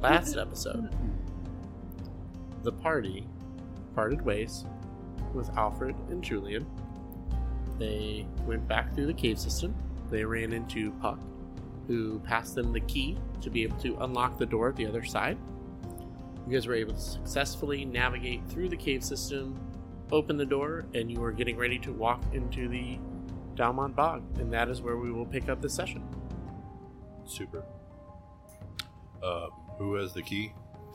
last episode, the party parted ways with Alfred and Julian. They went back through the cave system. They ran into Puck, who passed them the key to be able to unlock the door at the other side. You guys were able to successfully navigate through the cave system, open the door, and you are getting ready to walk into the Dalmont Bog. And that is where we will pick up this session. Super. Um, who has the key?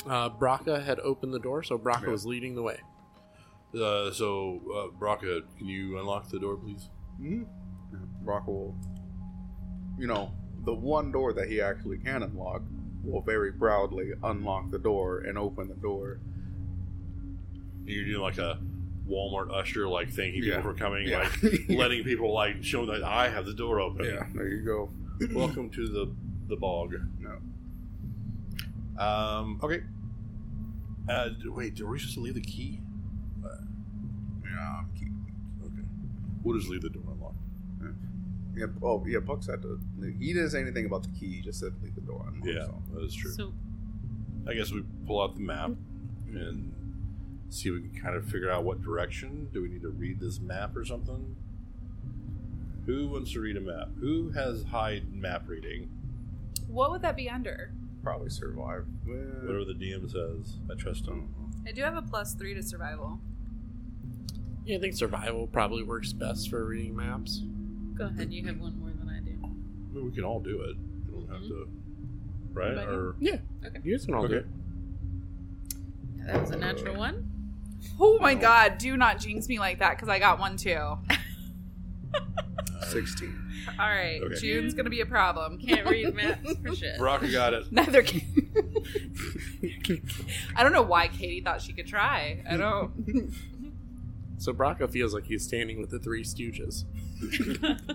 Uh, Braca had opened the door, so Braca Yeah. was leading the way. Uh, so, uh, Braca, can you unlock the door, please? Mm-hmm. Brock will, you know, the one door that he actually can unlock will very proudly unlock the door and open the door. You're doing like a Walmart usher like thank you Yeah. people for coming, like letting people like show that I have the door open. yeah, there you go. Welcome to the the bog. No. Um. Okay. Uh. d- Wait. Are we supposed to leave the key? Yeah, I'm keep- Okay. We'll just leave the door unlocked. yeah. Oh, yeah. Puck said to. He didn't say anything about the key. He just said leave the door unlocked. Yeah, so. that is true. So I guess we pull out the map and see if we can kind of figure out what direction. Do we need to read this map or something? Who wants to read a map? Who has high map reading? what would that be under? Probably survive. Whatever the DM says, I trust him. I do have a plus three to survival. Yeah, I think survival probably works best for reading maps. Go ahead, you have one more than I do. I mean, we can all do it. We don't have to, right? Anybody? Or Yeah. Okay. You guys can all do it. okay. That was a natural one. Oh my god, do not jinx me like that because I got one too. Sixteen. All right. Okay. June's gonna be a problem. Can't read maps for shit. Baraka got it. Neither can. I don't know why Katie thought she could try. I don't. So Braca feels like he's standing with the three stooges.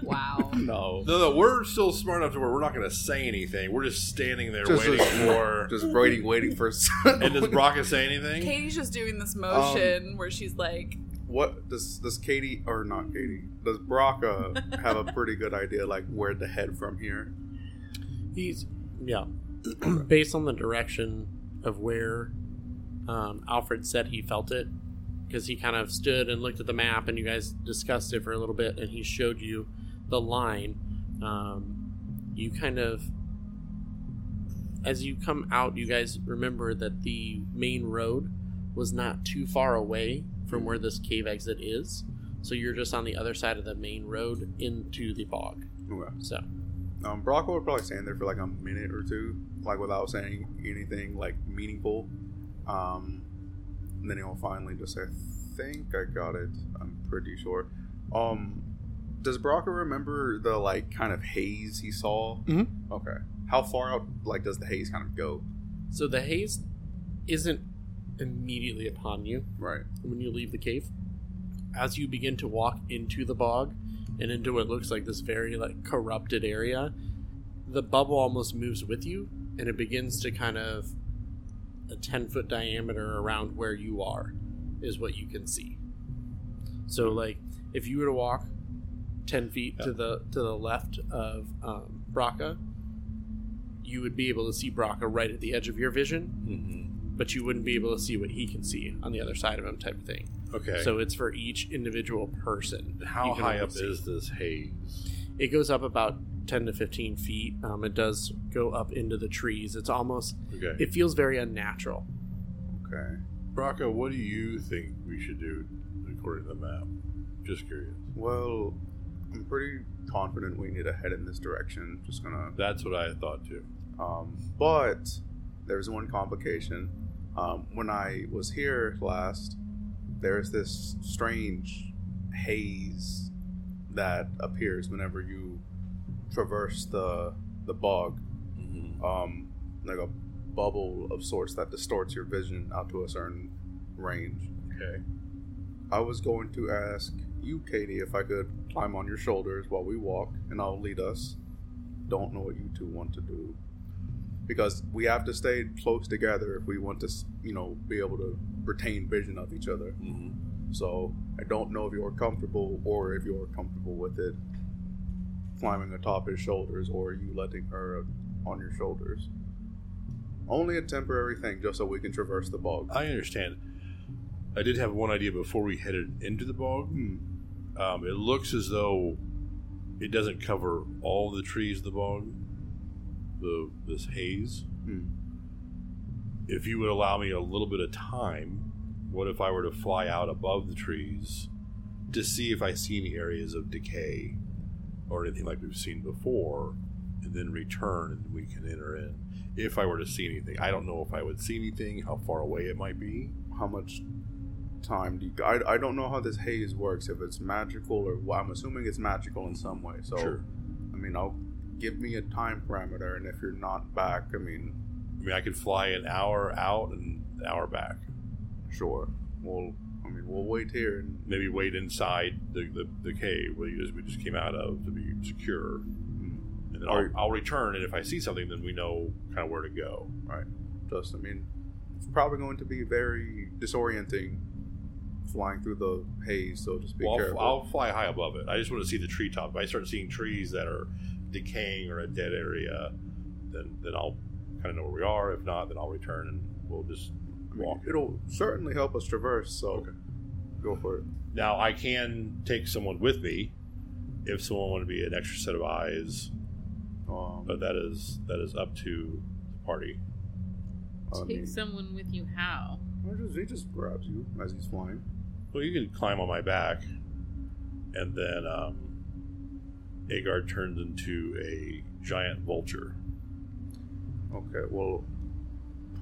Wow. No. No, no, we're still smart enough to where we're not going to say anything. We're just standing there Just- waiting just- for. Just waiting, waiting for. and does Braca say anything? Katie's just doing this motion Um, where she's like, what does does Katie or not Katie? Does Braca have a pretty good idea like where to head from here? He's yeah. Based on the direction of where um, Alfred said he felt it, because he kind of stood and looked at the map, and you guys discussed it for a little bit, and he showed you the line. Um, you kind of, as you come out, you guys remember that the main road was not too far away from where this cave exit is, so you're just on the other side of the main road into the bog. Okay. So. Um, Brock would probably stand there for like a minute or two, like without saying anything like meaningful. Um, and then he'll finally just say, "I think I got it. I'm pretty sure." Um, does Brock remember the like kind of haze he saw? Mhm. Okay, how far out like does the haze kind of go? So the haze isn't immediately upon you Right. when you leave the cave. As you begin to walk into the bog and into what looks like this very like corrupted area, the bubble almost moves with you and it begins to kind of a 10 foot diameter around where you are is what you can see. So like if you were to walk 10 feet to the to the left of um, Braca, you would be able to see Braca right at the edge of your vision Mm-hmm. but you wouldn't be able to see what he can see on the other side of him type of thing Okay. so it's for each individual person How You can high only up see. is this haze? it goes up about 10 to 15 feet um, it does go up into the trees it's almost Okay. it feels very unnatural Okay. Braca, what do you think we should do according to the map? Just curious. Well, I'm pretty confident we need to head in this direction. Just gonna That's what I thought too. Um, but there's one complication. Um, when I was here last, there's this strange haze that appears whenever you traverse the the bog, Mm-hmm. um, like a bubble of sorts that distorts your vision out to a certain range. Okay. I was going to ask you, Katie, if I could climb on your shoulders while we walk, and I'll lead us. Don't know what you two want to do. Because we have to stay close together if we want to, you know, be able to retain vision of each other. Mm-hmm. So I don't know if you're comfortable or if you're comfortable with it climbing atop his shoulders or you letting her on your shoulders. Only a temporary thing, just so we can traverse the bog. I understand. I did have one idea before we headed into the bog. Hmm. Um, it looks as though it doesn't cover all the trees of the bog. The this haze. Hmm. If you would allow me a little bit of time, what if I were to fly out above the trees to see if I see any areas of decay or anything like we've seen before, and then return and we can enter in. If I were to see anything, I don't know if I would see anything, how far away it might be. How much time do you? I, I don't know how this haze works. If it's magical or well, I'm assuming it's magical in some way. So I mean, I'll give me a time parameter, and if you're not back, I mean, I mean, I could fly an hour out and an hour back. sure. We'll I mean we'll wait here and Maybe wait inside the, the, the cave where you just, we just came out of to be secure. And then I'll, Or- I'll return, and if I see something, then we know kind of where to go. just I mean, it's probably going to be very disorienting flying through the haze. So just be Well, I'll, careful. I'll fly high above it. I just want to see the treetop. If I start seeing trees that are decaying or a dead area, then, then I'll kind of know where we are. If not, then I'll return and we'll just I mean, walk. it'll certainly help us traverse. So go for it. Now I can take someone with me if someone want to be an extra set of eyes, Um, but that is that is up to the party. I mean, Take someone with you how? he just- he just grabs you as he's flying. Well, you can climb on my back, and then um, Agard turns into a giant vulture. Okay, well,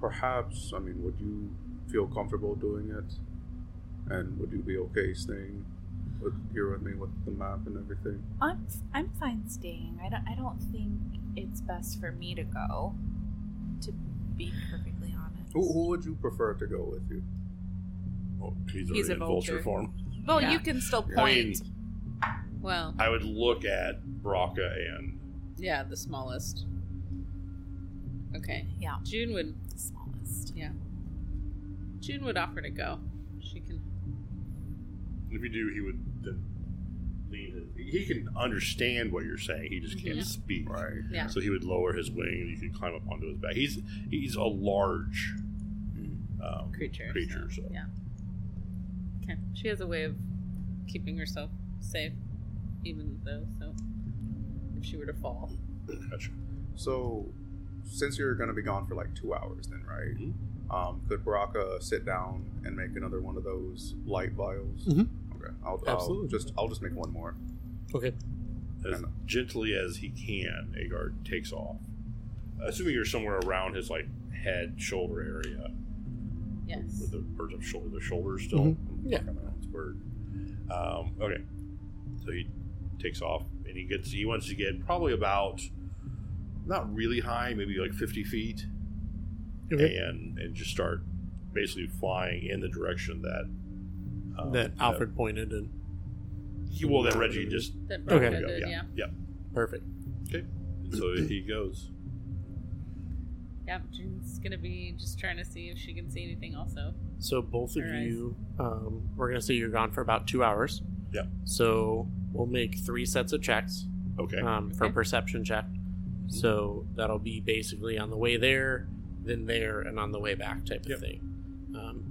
perhaps I mean, would you feel comfortable doing it? And would you be okay staying with, here with me with the map and everything? I'm I'm fine staying. I don't I don't think it's best for me to go. To be perfectly honest. Who, who would you prefer to go with you? Oh, he's already He's a in vulture vulture. form. Well, Yeah. you can still point. I mean, Well, I would look at Braca and yeah, the smallest. Okay. Yeah. June would The smallest. yeah. June would offer to go. She can if you do, he would then lean. his- He can understand what you're saying. He just can't Mhm. speak. Right. yeah. So he would lower his wing, and you could climb up onto his back. He's he's a large Mm. um, creature. Creature, so. Yeah. Okay. She has a way of keeping herself safe, even though so if she were to fall. Gotcha. So, since you're going to be gone for like two hours, then right? Mhm. Um, could Baraka sit down and make another one of those light vials? Mhm. Okay, I'll, I'll Absolutely. just I'll just make one more. Okay. As Kinda. gently as he can, Agard takes off. Assuming you're somewhere around his like head, shoulder area, Yes. with the birds up shoulder, the shoulders still. Mm-hmm. Yeah. Kind of it's bird. Um, okay, so he takes off and he gets. He wants to get probably about not really high, maybe like 50 feet. Okay. and and just start basically flying in the direction that um, that Alfred pointed and That, well, that Reggie just That Okay. Braca did, yeah, yeah. yeah. perfect. And so he goes. Yeah, June's gonna be just trying to see if she can see anything also. So both of All right. you, um, we're gonna say you're gone for about two hours. Yep. So we'll make three sets of checks Okay, um, for Okay. perception check. So that'll be basically on the way there, then there, and on the way back type of Yep. thing. Um,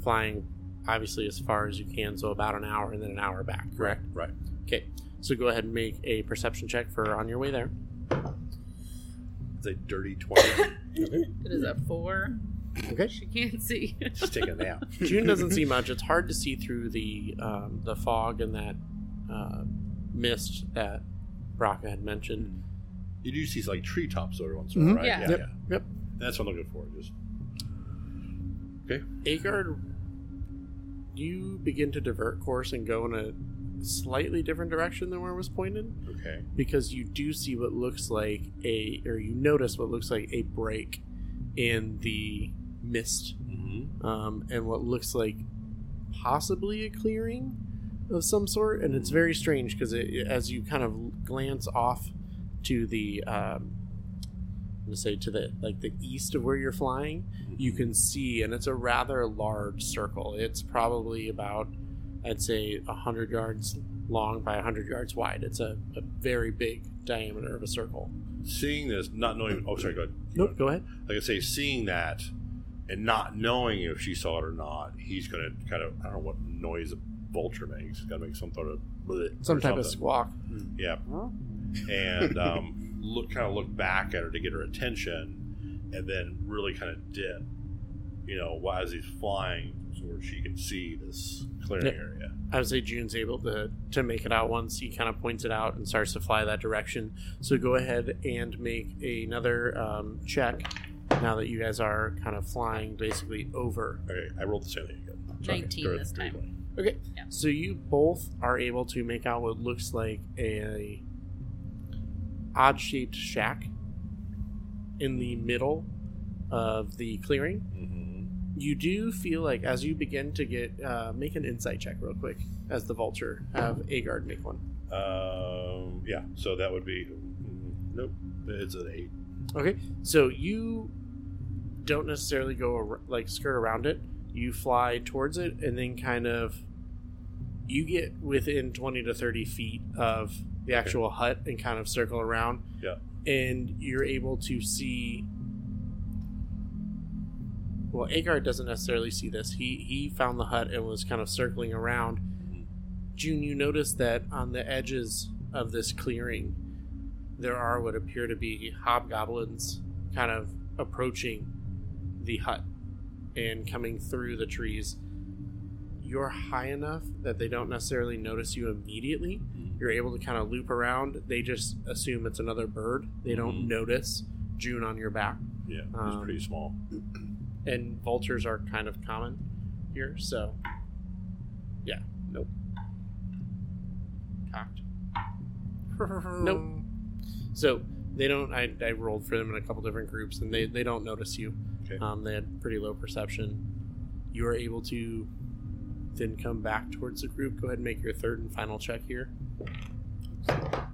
flying obviously as far as you can, so about an hour and then an hour back. Correct. right. Okay. So go ahead and make a perception check for on your way there. It's a dirty twenty. It is a four. Okay. She can't see. just take a nap. June doesn't see much. It's hard to see through the um, the fog and that uh, mist that Braca had mentioned. You do see like treetops every once in a while, Mhm. right? Yeah. Yeah, Yep, yeah. yep. That's what I'm looking for. Just Agard, you begin to divert course and go in a slightly different direction than where it was pointed okay. because you do see what looks like a or you notice what looks like a break in the mist Mm-hmm. um, and what looks like possibly a clearing of some sort. And it's very strange because it, as you kind of glance off to the, um, I'm gonna say to the like the east of where you're flying, you can see, and it's a rather large circle. It's probably about, I'd say, a hundred yards long by 100 yards wide. It's a, a very big diameter of a circle. Seeing this, not knowing. Oh, sorry, go ahead. Keep Nope, go ahead. like I say, seeing that and not knowing if she saw it or not, he's going to kind of, I don't know what noise a vulture makes. Got to make some sort of bleh or Some type of something. squawk. Yeah. And um, look, kind of look back at her to get her attention and then really kind of dip, you know, why is he flying so where she can see this clearing Yeah. area. I would say June's able to, to make it out once he kind of points it out and starts to fly that direction. So go ahead and make another um, check now that you guys are kind of flying basically over. Okay, I rolled the same thing again. Sorry, 19 go ahead, this three time. point. So you both are able to make out what looks like a odd shaped shack in the middle of the clearing. Mhm. You do feel like as you begin to get uh, make an insight check real quick as the vulture have Agard make one. Um, yeah, so that would be. mm, Nope, it's an eight. Okay, so you don't necessarily go ar- like skirt around it. You fly towards it and then kind of you get within twenty to thirty feet of the actual hut and kind of circle around. Yeah. and you're able to see. Well, Agard doesn't necessarily see this. He he found the hut and was kind of circling around. June, you notice that on the edges of this clearing, there are what appear to be hobgoblins kind of approaching the hut and coming through the trees. You're high enough that they don't necessarily notice you immediately. You're able to kind of loop around. They just assume it's another bird. They don't Mhm. notice June on your back. Yeah, it's Um, pretty small. And vultures are kind of common here, so yeah, nope. Cocked. Nope. So they don't. I, I rolled for them in a couple different groups, and they, they don't notice you. Okay. Um, they had pretty low perception. You are able to then come back towards the group. Go ahead and make your third and final check here. uh,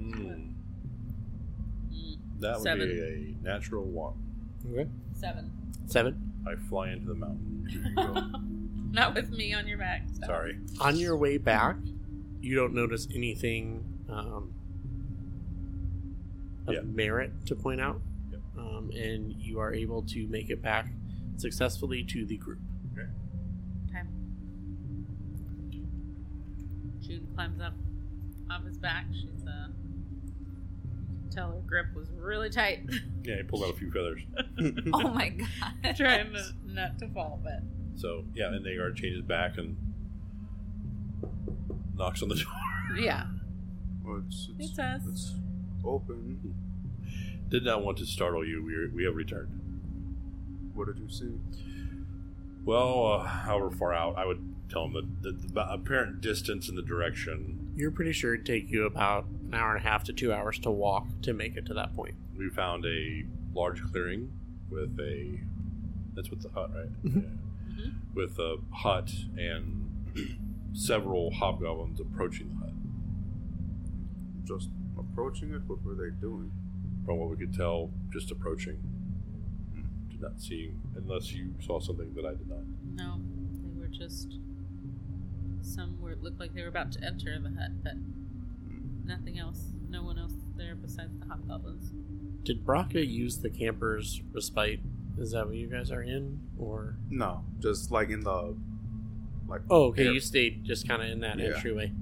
Mm, Mm, that would Seven. be a natural one. Okay. seven. Seven. I fly into the mountain. Not with me on your back. so. Sorry. On your way back, you don't notice anything um, of Yeah. merit to point out, Yep. um, and you are able to make it back successfully to the group. June climbs up off his back. She's uh tell her grip was really tight. Yeah, he pulled out a few feathers. Oh my god. Trying to, not to fall, but So yeah, and they are changes back and knocks on the door. yeah. Well, it's, It's it's, us. it's open. Did not want to startle you. We we have returned. What did you see? Well, uh, however far out, I would tell him that the, the apparent distance and the direction You're pretty sure it'd take you about an hour and a half to two hours to walk to make it to that point. we found a large clearing with a that's with the hut right yeah. with a hut and several hobgoblins approaching the hut. Just approaching it. What were they doing? From what we could tell, just approaching. Did not see unless you saw something that I did not. No, they were just some were looked like they were about to enter the hut, but nothing else. No one else there besides the hobgoblins. Did Braca use the camper's respite? Is that what you guys are in? Or No, just like in the like. oh, okay, air- you stayed just kind of in that Yeah. entryway.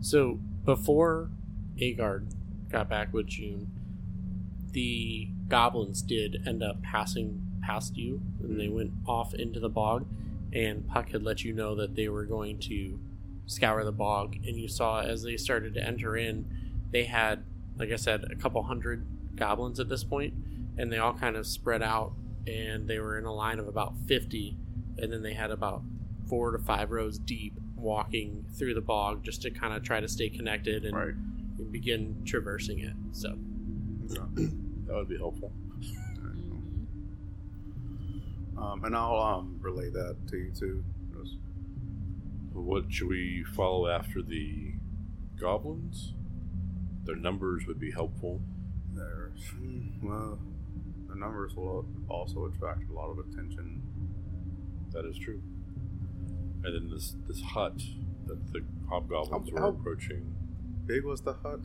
so before Agard got back with June, the goblins did end up passing past you, and they went off into the bog. And Puck had let you know that they were going to scour the bog, and you saw as they started to enter in, they had, like I said, a couple hundred goblins at this point, and they all kind of spread out, and they were in a line of about fifty, and then they had about four to five rows deep walking through the bog just to kind of try to stay connected and right. begin traversing it. So Okay. That would be helpful. Mhm. Um, and I'll um relay that to you too. Just- What should we follow after the goblins? Their numbers would be helpful. There. Hmm, Well, the numbers will also attract a lot of attention. That is true. And then this this hut that the hobgoblins How- were how- approaching. Big was the hut?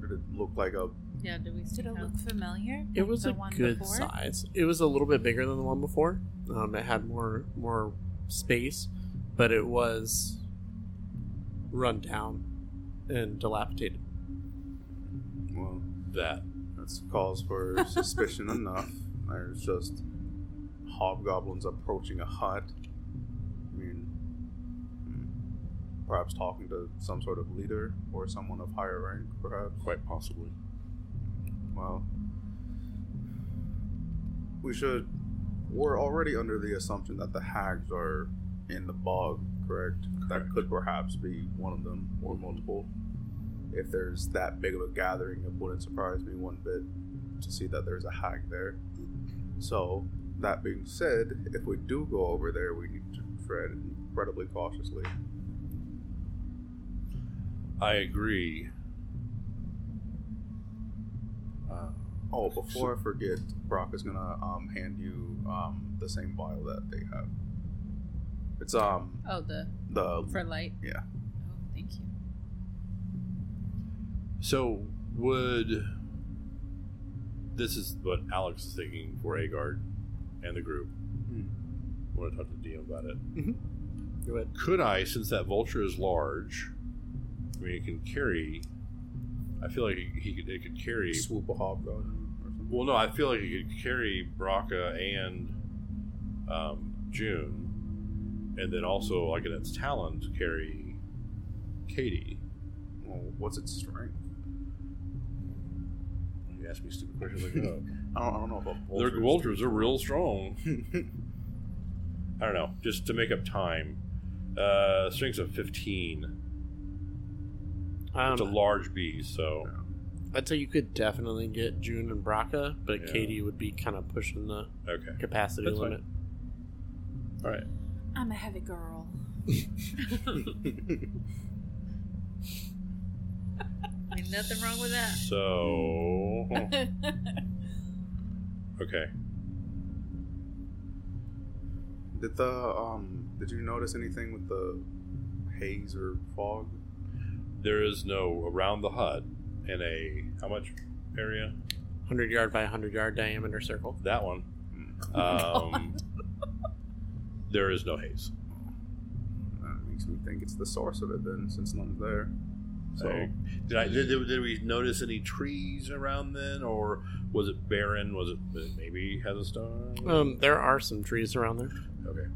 Or did it look like a Yeah, do we see Did it how? look familiar? It was the a one good before? size. It was a little bit bigger than the one before. Um, it had more more space, but it was run down and dilapidated. well That that's cause for suspicion enough. There's just hobgoblins approaching a hut. I mean hmm, perhaps talking to some sort of leader or someone of higher rank, perhaps. quite possibly. Well, we should. We're already under the assumption that the hags are in the bog, correct? That could perhaps be one of them or multiple. If there's that big of a gathering, it wouldn't surprise me one bit to see that there's a hag there. So, that being said, if we do go over there, we need to tread incredibly cautiously. I agree. Uh, Oh, before I forget, Brock is gonna um, hand you um, the same vial that they have. It's um Oh, the the for light. Yeah. Oh, thank you. so would this is what Alex is thinking for Agard and the group. Hmm. Mm-hmm. I want to talk to DM about it. Go ahead. Could I, since that vulture is large, I mean, it can carry. I feel like he, he could, it could carry. swoop a hobgoblin or something. Well, no, I feel like it could carry Braca and um, June, and then also like in its talons carry Katie. Well, what's its strength? You ask me stupid questions like that. I don't, I don't know if a vulture. Their is- vultures are real strong. I don't know, just to make up time. Uh, strength's of 15. Um, It's a large bee, so. I'd say you could definitely get June and Braca, but Yeah. Katie would be kind of pushing the Okay. capacity That's fine. limit. All right. I'm a heavy girl. Ain't nothing wrong with that. So. okay. Did the um? Did you notice anything with the haze or fog? There is no around the hut in a how much area? 100 yard by 100 yard diameter circle. That one. Hmm. Um, there is no haze. That makes me think it's the source of it then, since none's there. So So Oh. did, I, did, did we notice any trees around then, or was it barren? Was it it maybe has a stone? Um, there are some trees around there. okay.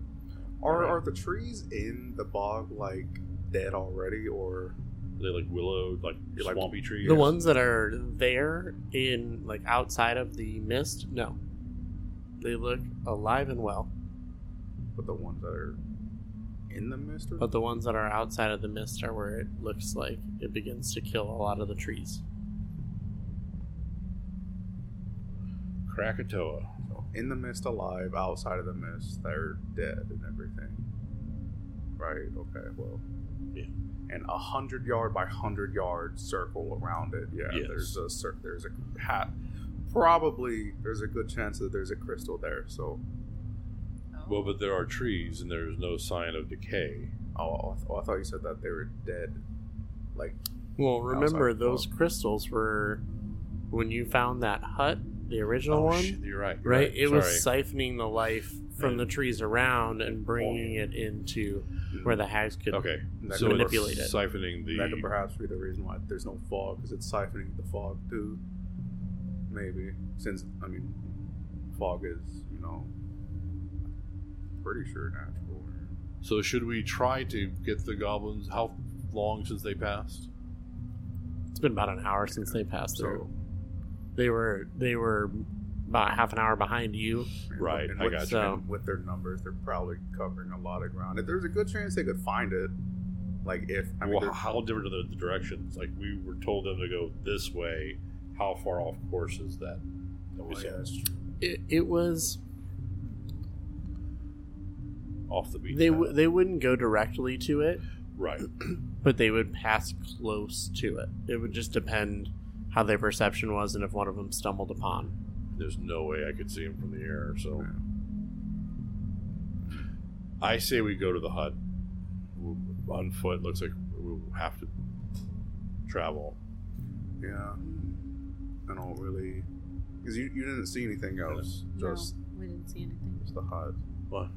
are are the trees in the bog like dead already, or Are they like willow, like Like swampy trees. The ones that are there in like outside of the mist, no, they look alive and well. but the ones that are in the mist? Or But the ones that are outside of the mist are where it looks like it begins to kill a lot of the trees. Krakatoa. in the mist alive, outside of the mist, they're dead and everything. Right, okay, well. Yeah. And a hundred yard by hundred yard circle around it. Yeah, Yes. there's a cir- there's a hat. Probably there's a good chance that there's a crystal there. So, Oh. Well, but there are trees, and there is no sign of decay. oh, I, th- oh, I thought you said that they were dead. Like, Well, remember Outside the those crystals were when you found that hut, the original Oh, one, shit, you're right. you're right? It was Sorry. siphoning the life from the trees around and bringing it into where the hags could. okay. that So could- manipulate it. it's siphoning the That could perhaps be the reason why there's no fog, because it's siphoning the fog too. Maybe since I mean, fog is you know, pretty sure natural. So should we try to get the goblins? How long since they passed? It's been about an hour since they passed through. So They were they were about half an hour behind you. Right, and I with, got you. and with their numbers, they're probably covering a lot of ground. If there's a good chance they could find it, like if I mean, well, they're- how different are the directions? Like we were told them to go this way. How far off course is that? that we well, saw? yeah, that's true. It, it was Off the beach. they path. w- they wouldn't go directly to it, right. but they would pass close to it. It would just depend how their perception was and if one of them stumbled upon. There's no way I could see him from the air. So Yeah. I say we go to the hut. We'll- on foot looks like we'll have to travel. Yeah. I don't really. Because you, you didn't see anything else. Just, no, we didn't see anything. just the hut. What?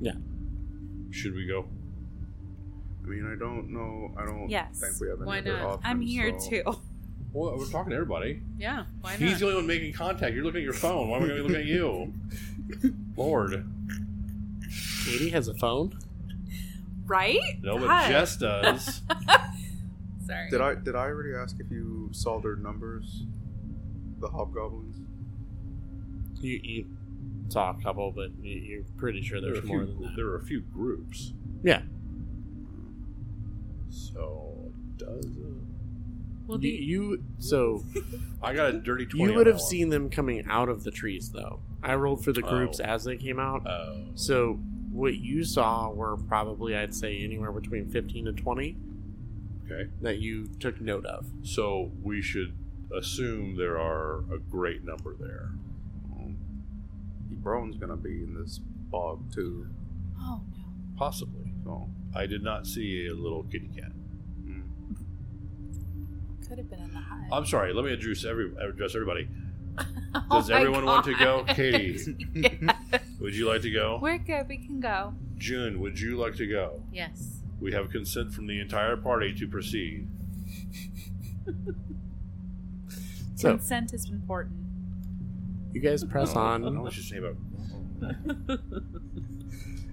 Yeah. Should we go? I mean, I don't know. I don't Yes. think we have any Why other not? options, I'm here so- too. Well, we're talking to everybody. Yeah, why not? He's the only one making contact. You're looking at your phone. Why am I going to be looking at you? Lord. Katie has a phone. Right? No, but Hi. Jess does. Sorry. Did I did I already ask if you saw their numbers? The hobgoblins? You you saw a couple, but you, you're pretty sure there, were a there's more few, than that. there were a few groups. Yeah. So, does it? well, you, the, you so I got a dirty 20. you on would that have one. seen them coming out of the trees, though. I rolled for the Oh. groups as they came out, Oh. so what you saw were probably I'd say anywhere between fifteen to twenty Okay. that you took note of. So, we should assume there are a great number there. Um, Brown's gonna be in this bog too. Oh no. Possibly. So, I did not see a little kitty cat. mm. Could have been in the hut. I'm sorry. Let me address every address everybody. Oh Does my everyone want to go? God. Katie, Yes. would you like to go? We're good. We can go. June, would you like to go? yes. We have consent from the entire party to proceed. So Consent is important. you guys press Oh, I don't know on. what you say about.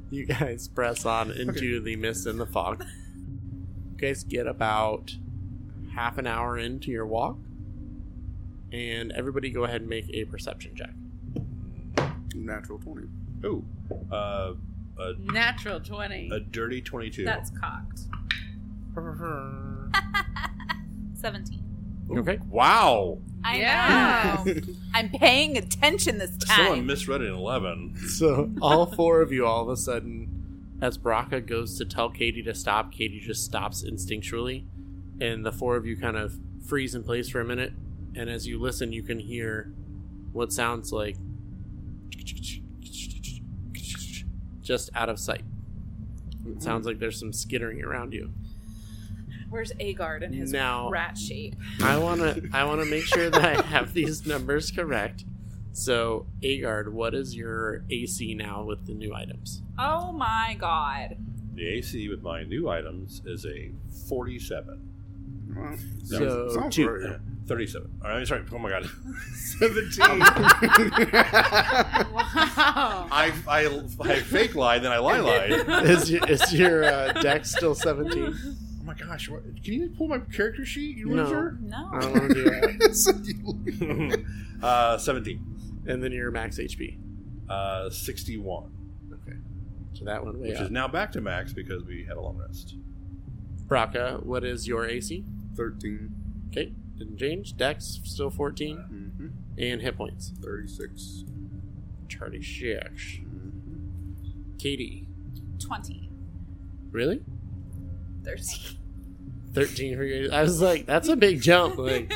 You guys press on into the mist and the fog. You guys get about half an hour into your walk, and everybody go ahead and make a perception check. natural twenty. Ooh, uh, Natural 20. a dirty twenty-two. That's cocked. 17. Okay. wow. I Yeah. know. I'm paying attention this Someone time. misread an eleven. So all four of you all of a sudden, as Baraka goes to tell Katie to stop, Katie just stops instinctually, and the four of you kind of freeze in place for a minute. And as you listen, you can hear what sounds like just out of sight. It sounds like there's some skittering around you. Where's Agard and his Now- rat shape? I wanna I wanna make sure that I have these numbers correct. So, Agard, what is your AC now with the new items? Oh my god. The AC with my new items is a forty-seven. uh, Well, So, sounds two. right. Thirty-seven. All right, I'm sorry. Oh my god. Oh. Seventeen. Wow. I I, I fake lied, then I lie lied. is your, is your uh, deck still 17? Oh my gosh, what, can you pull my character sheet, you No. loser? I No. don't want to do that. uh, 17. And then your max HP. Uh, 61. So that one way Which up. is now back to max because we had a long rest. Braca, uh, what is your AC? 13 Okay, didn't change. Dex, still 14. Mm-hmm. And hit points. 36. Charlie Shix. Mhm. Katie. 20. Really? 13. 13 for your. I was like, that's a big jump. Like,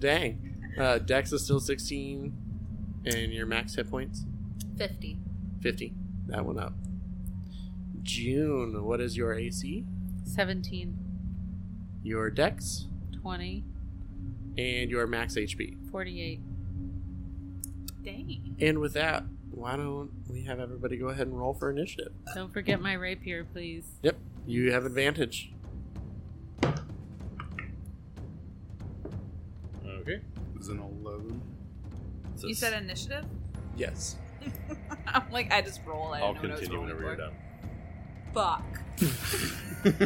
dang. Uh, Dex is still 16. And your max hit points? 50. 50. That one up. June, what is your AC? 17, Your dex 20, and your max HP. 48. Dang. And with that, why don't we have everybody go ahead and roll for initiative? Don't forget my rapier, please. Yep, you have advantage. Okay. Is an 11. So You said initiative? Yes. I'm like, I just roll. I I'll don't know what I was continue rolling whenever you're for. done. Fuck.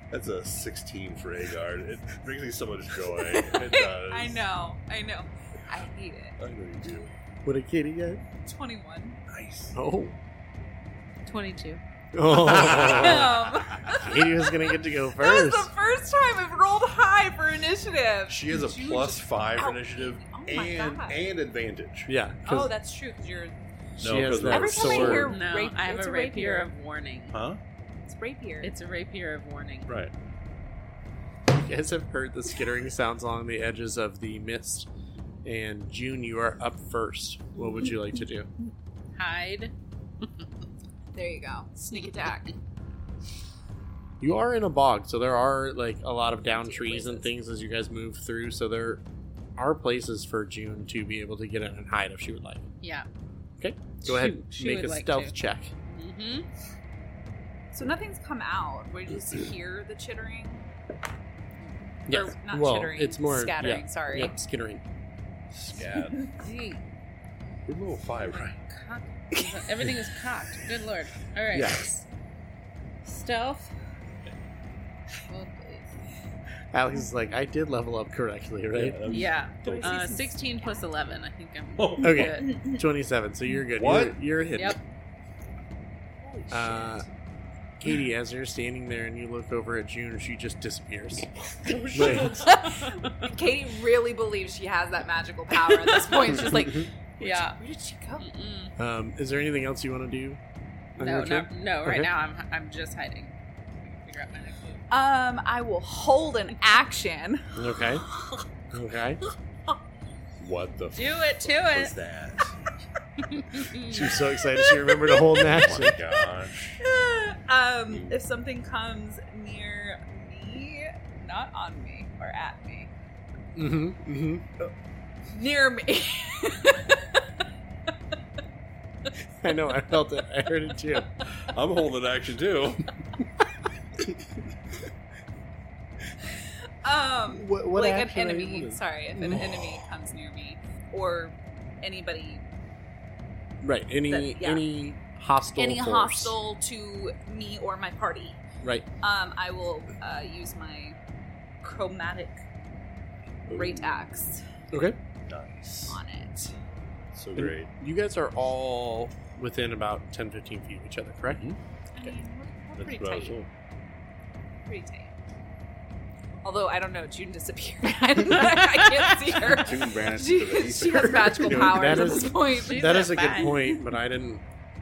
That's a 16 for Agard. It brings me so much joy. It does. I know. I know. I hate it. I know you do. What did Katie get? 21. Nice. Oh. 22. oh. Ah. Damn. Katie was going to get to go Um, That was first. the first time I've rolled high for initiative. She has a She was plus five Ow. initiative Oh my and, God. and advantage. Yeah, Oh, because that's true. Because you're she No, has 'cause that Every Oh. time I sword. hear- No, Rap- I have it's a a rapier rapier. of warning. Huh? it's rapier. It's a rapier of warning. Right. You guys have heard the skittering sounds along the edges of the mist. And June, you are up first. What would you like to do? Hide. there you go. Sneak attack. You are in a bog, so there are like a lot of down trees and things as you guys move through. So there are places for June to be able to get in and hide if she would like. Yeah. Okay, Go ahead, make a stealth check. Mm-hmm. So nothing's come out. We just hear the chittering. Yes. Or not well, chittering, it's more scattering. yeah. Sorry. Yep, skittering. Scad. Gee, We're level five, right? cock. Everything is cocked. Good lord. All right. Yes. Stealth. Oh, Well, it's- Alex is like, I did level up correctly, right? that was- Yeah. that was- Uh, 16 plus 11. I think I'm Oh, Okay, twenty-seven. So you're good. What? You're, you're good. hidden. Yep. Uh, Katie, as you're standing there and you look over at June, she just disappears. Oh, Like, Katie really believes she has that magical power at this point. She's like, yeah. where did she go? Mm-mm. um, is there anything else you want to do? on No, your turn? no, no. Okay. Right now, I'm I'm just hiding. Figure out my next move. Um, I will hold an action. Okay. Okay. What the Do it to f- was it. that? She was so excited she remembered to hold an oh action. my gosh. um, if something comes near me, not on me or at me, Mm-hmm. Mm-hmm. near me. I know. I felt it. I heard it too. I'm holding action too. um, What, what like an action are you enemy. holding? Sorry, if an enemy comes near me or anybody, Right. Any That- yeah. any hostile any force. hostile to me or my party, Right. um, I will uh, use my chromatic great axe Okay. Nice. on it. So great. You guys are all within about 10, 15 feet of each other, correct? I mean, we're, we're That's pretty what I was tight. told. Pretty tight. Although I don't know, June disappeared. I can't see her. June vanished She, into the she ether. has magical Dude, powers that at is- this point. that She's not is a bad. good point, but I didn't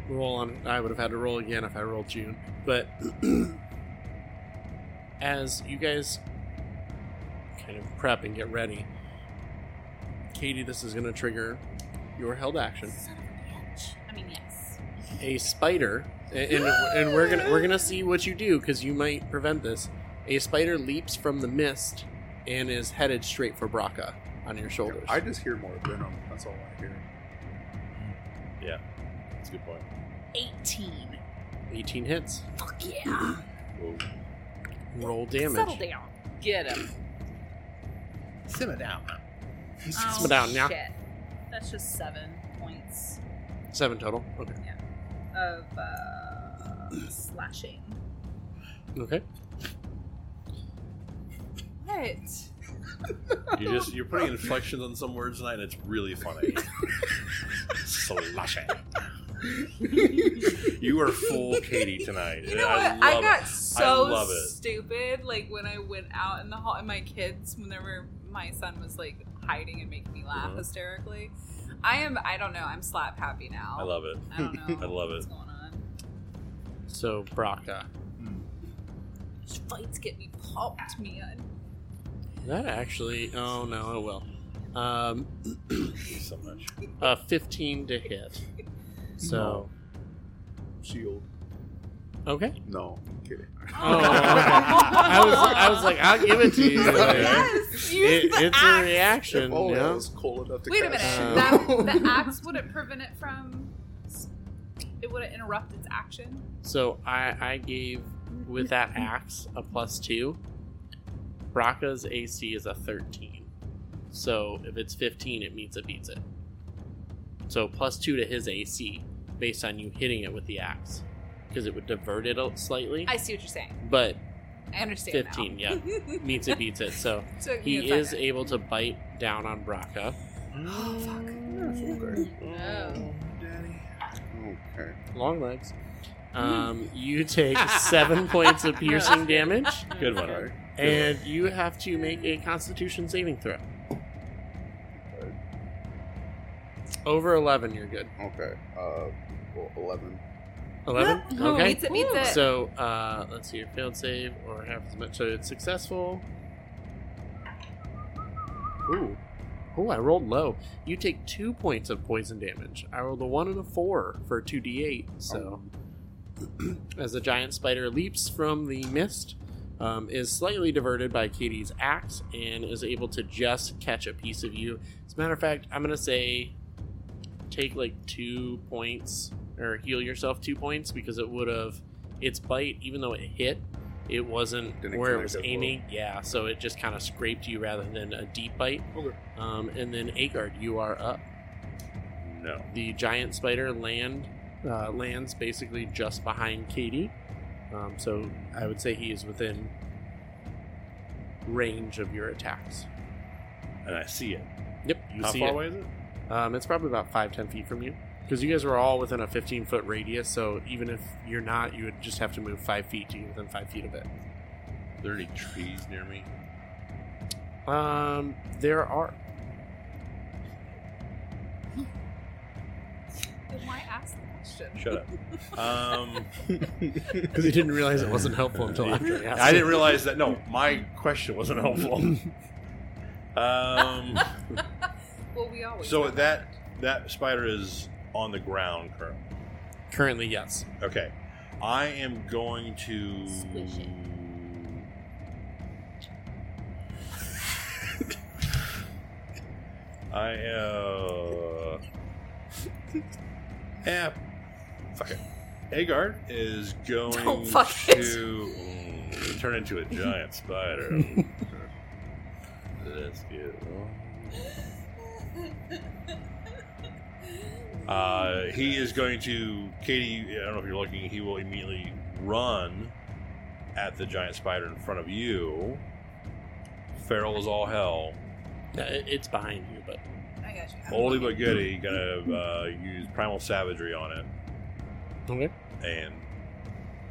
roll on. I would have had to roll again if I rolled June. But as you guys kind of prep and get ready, Katie, this is going to trigger your held action. I mean, yes. A spider, and and, and we're gonna we're gonna see what you do because you might prevent this. A spider leaps from the mist and is headed straight for Braca on your shoulders. I just hear more venom. That's all I hear. That's a good point. 18. 18 hits. Fuck yeah. Whoa. Roll damage. Settle down. Get him. Simmer down. Oh, Simmer down now. Shit. That's just seven points Seven total. Okay. of uh, slashing. Okay. What? You just you're putting inflections on some words tonight, and it's really funny. Slash it. you are full Katie tonight. You know I what? I, love got it. so love it. stupid. Like when I went out in the hall, and my kids, whenever my son was like hiding and making me laugh Mhm. hysterically, I am. I don't know. I'm slap happy now. I love it. I don't know. I love it. What's going on? So Braca. These fights get me pumped, man. That actually. Oh no, it will. Um, Thank you so much. a fifteen to hit. So Shield. okay. No, I'm kidding. Oh, I was. I was like, I'll give it to you. Yes, use It- the it's axe. a reaction. if only yeah. I was cool enough to Wait a minute. cast Uh, that, Oh. shield. the axe wouldn't prevent it from. It wouldn't interrupt its action. So I, I gave with that axe a plus two. Braca's AC is a thirteen. So if it's fifteen, it means it beats it. So plus two to his AC based on you hitting it with the axe because it would divert it a- slightly. I see what you're saying. but I understand. 15, Now. yeah. Meets it, beats it. So Took me a he second. is able to bite down on Braca. Oh, fuck. Okay. Oh. Okay. Long legs. Um, you take seven points of piercing damage, Good one. Okay. and you have to make a Constitution saving throw. Over 11, you're good. Okay. Uh, well, eleven. 11? Oh, Okay. Beats it, beats it. So uh, let's see, your failed save or half as much. So it's successful. Ooh. Ooh, I rolled low. You take Oh, Um, two points of poison damage. I rolled a one and a four for two d8. So as the giant spider leaps from the mist, um, is slightly diverted by Katie's axe and is able to just catch a piece of you. As a matter of fact, I'm gonna say take like two points or heal yourself two points because it would have its bite, even though it hit, it wasn't Didn't where it connect was as well. aiming. Yeah, so it just kind of scraped you rather than a deep bite. Okay. Um, and then Agard, you are up No. the giant spider land uh, lands basically just behind Katie. Um, so I would say he is within range of your attacks. And I see it. Yep, you How see far it. away is it? Um, it's probably about five ten feet from you because you guys were all within a fifteen foot radius. So even if you're not, you would just have to move five feet to get within five feet of it. Are there any trees near me? Um, there are Then why ask the question? Shut up. Um, because you didn't realize it wasn't helpful until after. I asked I didn't realize that. No, my question wasn't helpful. um, Well, we always. so know that that spider is on the ground currently. Currently, yes. Okay, I am going to. Squish it. I uh. eh, fuck it. Agard is going Don't fuck to it. Mm, turn into a giant spider. Let's get Uh, he is going to Katie. I don't know if you're looking. He will immediately run at the giant spider in front of you. Feral is all hell. Uh, it- It's behind you, but I got you. I'm Oldie looking. but goodie. Gonna uh, use primal savagery on it okay. and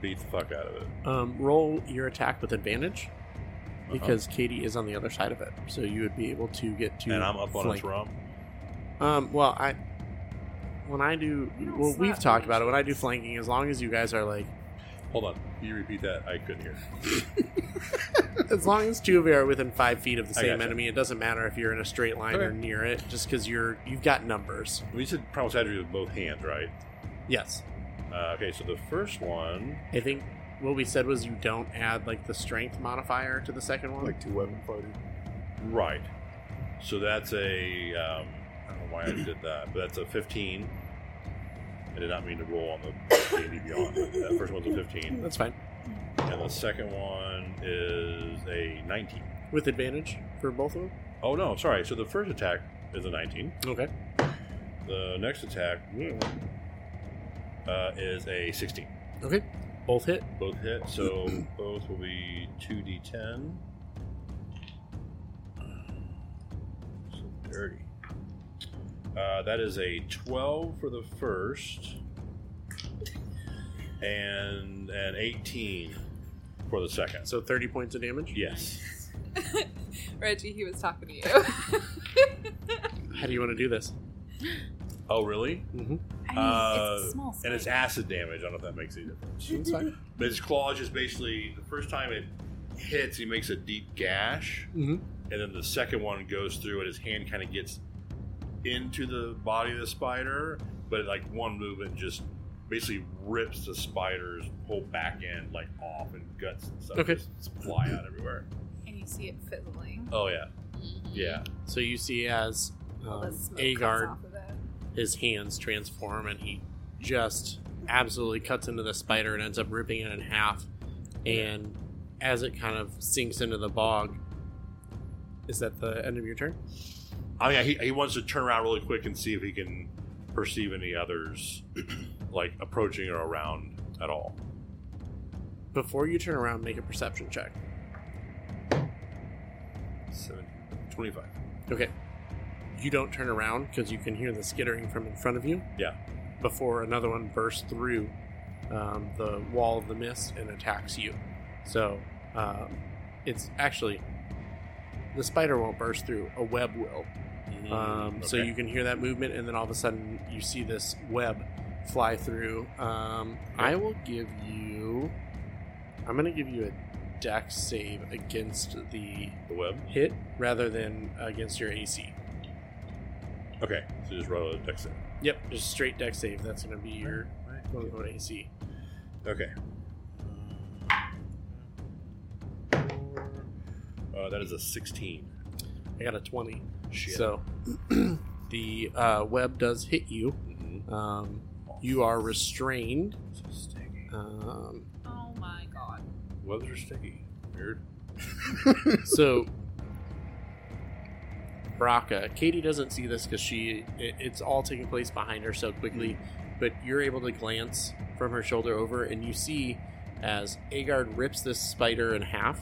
beat the fuck out of it. Um, roll your attack with advantage Uh-huh. because Katie is on the other side of it, so you would be able to get to. and I'm up on its flank. rump. Um, well, I when I do, I don't well, we've slap talked much. about it. When I do flanking, as long as you guys are like, Hold on. Can you repeat that? I couldn't hear. as long as two of you are within five feet of the I same gotcha. enemy, it doesn't matter if you're in a straight line or Okay. near it, just because you're you've got numbers. We said primal savagery with both hands, right? Yes, Uh, okay, so the first one. I think what we said was you don't add like the strength modifier to the second one. Like two weapon fighting. Right. So that's a. Um, I don't know why I did that, but that's a 15. I did not mean to roll on the D&D Beyond. but That first one's a 15, That's fine and the second one is a 19. with advantage for both of them. Oh no, sorry. So the first attack is a 19. Okay, The next attack hmm, uh, is a 16. okay, both hit. Both hit, so both will be 2d10. So dirty. Uh, that is a 12 for the first, and an 18 for the second. So thirty points of damage. yes. Reggie, he was talking to you. How do you want to do this? Oh, really? Mm-hmm. I mean, it's Uh, a small And it's spider. acid damage. I don't know if that makes any difference. That's fine. But his claw just basically, the first time it hits, he makes a deep gash. Mm-hmm. and then the second one goes through and his hand kind of gets into the body of the spider but like one movement just basically rips the spider's whole back end like off and guts and stuff Okay. just fly out everywhere and you see it fizzling. oh yeah Mm-hmm. yeah So you see as All the um, smoke comes Agard, off of it. his hands transform and he just absolutely cuts into the spider and ends up ripping it in half. And as it kind of sinks into the bog, is that the end of your turn? i mean he, he wants to turn around really quick and see if he can perceive any others like approaching or around at all Before you turn around, make a perception check. 17 25 Okay. You don't turn around because you can hear the skittering from in front of you. Yeah. Before another one bursts through um, the wall of the mist and attacks you. So um, it's actually the spider won't burst through, a web will. Um, So Mm, Okay. you can hear that movement, and then all of a sudden you see this web fly through. Um, I will give you. I'm going to give you a dex save against the the web hit rather than against your AC. okay so just roll a dex save. Yep, just straight deck save. That's going to be your Right. quote unquote AC. Okay. Uh, that is a 16. I got a 20. Shit. So the uh, web does hit you. Mhm. Um, you are restrained. So sticky. Um, Oh my god. Webs are sticky. Weird. so Braca, Katie doesn't see this because she it, it's all taking place behind her so quickly, but you're able to glance from her shoulder over and you see as Agard rips this spider in half.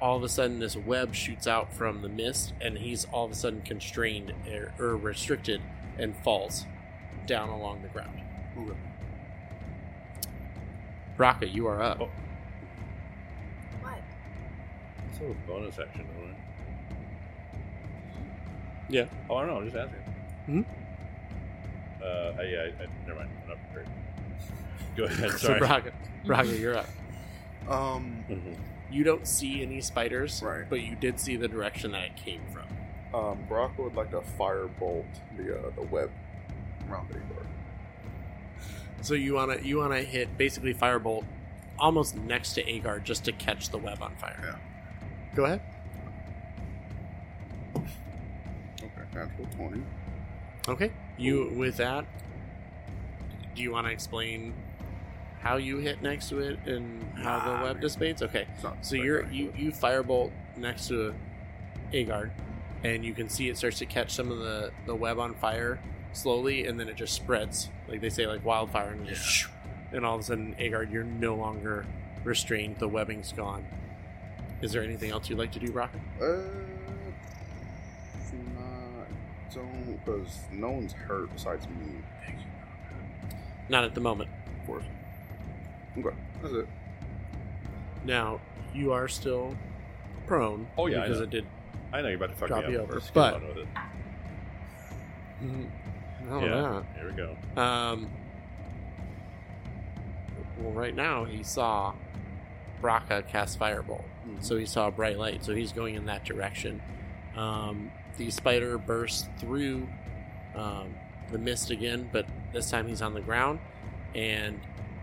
All of a sudden, this web shoots out from the mist, and he's all of a sudden constrained or, or restricted and falls down along the ground. Braca, you are up. Oh. What? It's a bonus action, don't it? Yeah. Oh, I don't know. I'm just asking. Mhm. Uh, I, yeah, I, I, never mind. I'm not prepared. Go ahead. So Sorry. Braca, Braca, you're up. Um, Mhm. You don't see any spiders, Right. but you did see the direction that it came from. um, Brock would like to firebolt the uh, the web around the door. So you wanna you wanna hit basically firebolt almost next to Agar just to catch the web on fire. Go ahead. Okay, natural twenty. Okay. You with that. Do you want to explain how you hit next to it and how Nah, the web Ah, man. dissipates? Okay. It's not So very you're good. you, you firebolt next to Agard, and you can see it starts to catch some of the the web on fire slowly, and then it just spreads like they say like wildfire, and it just shoo, and all of a sudden Agard, you're no longer restrained. The webbing's gone. Is there anything else you'd like to do, Rocket? Uh, it's not. Don't because no one's hurt besides me. Not at the moment. Of course. Okay, that's it. Now you are still prone. Oh, yeah, I because know. it did. I know you're about to fuck Drop me you up. over, Just but- get on with it. Mm, I don't know. Mm-hmm. yeah, here we go. Um, well, right now he saw Braca cast Firebolt, so he saw a bright light. So he's going in that direction. Um, the spider bursts through um, the mist again, but this time he's on the ground, and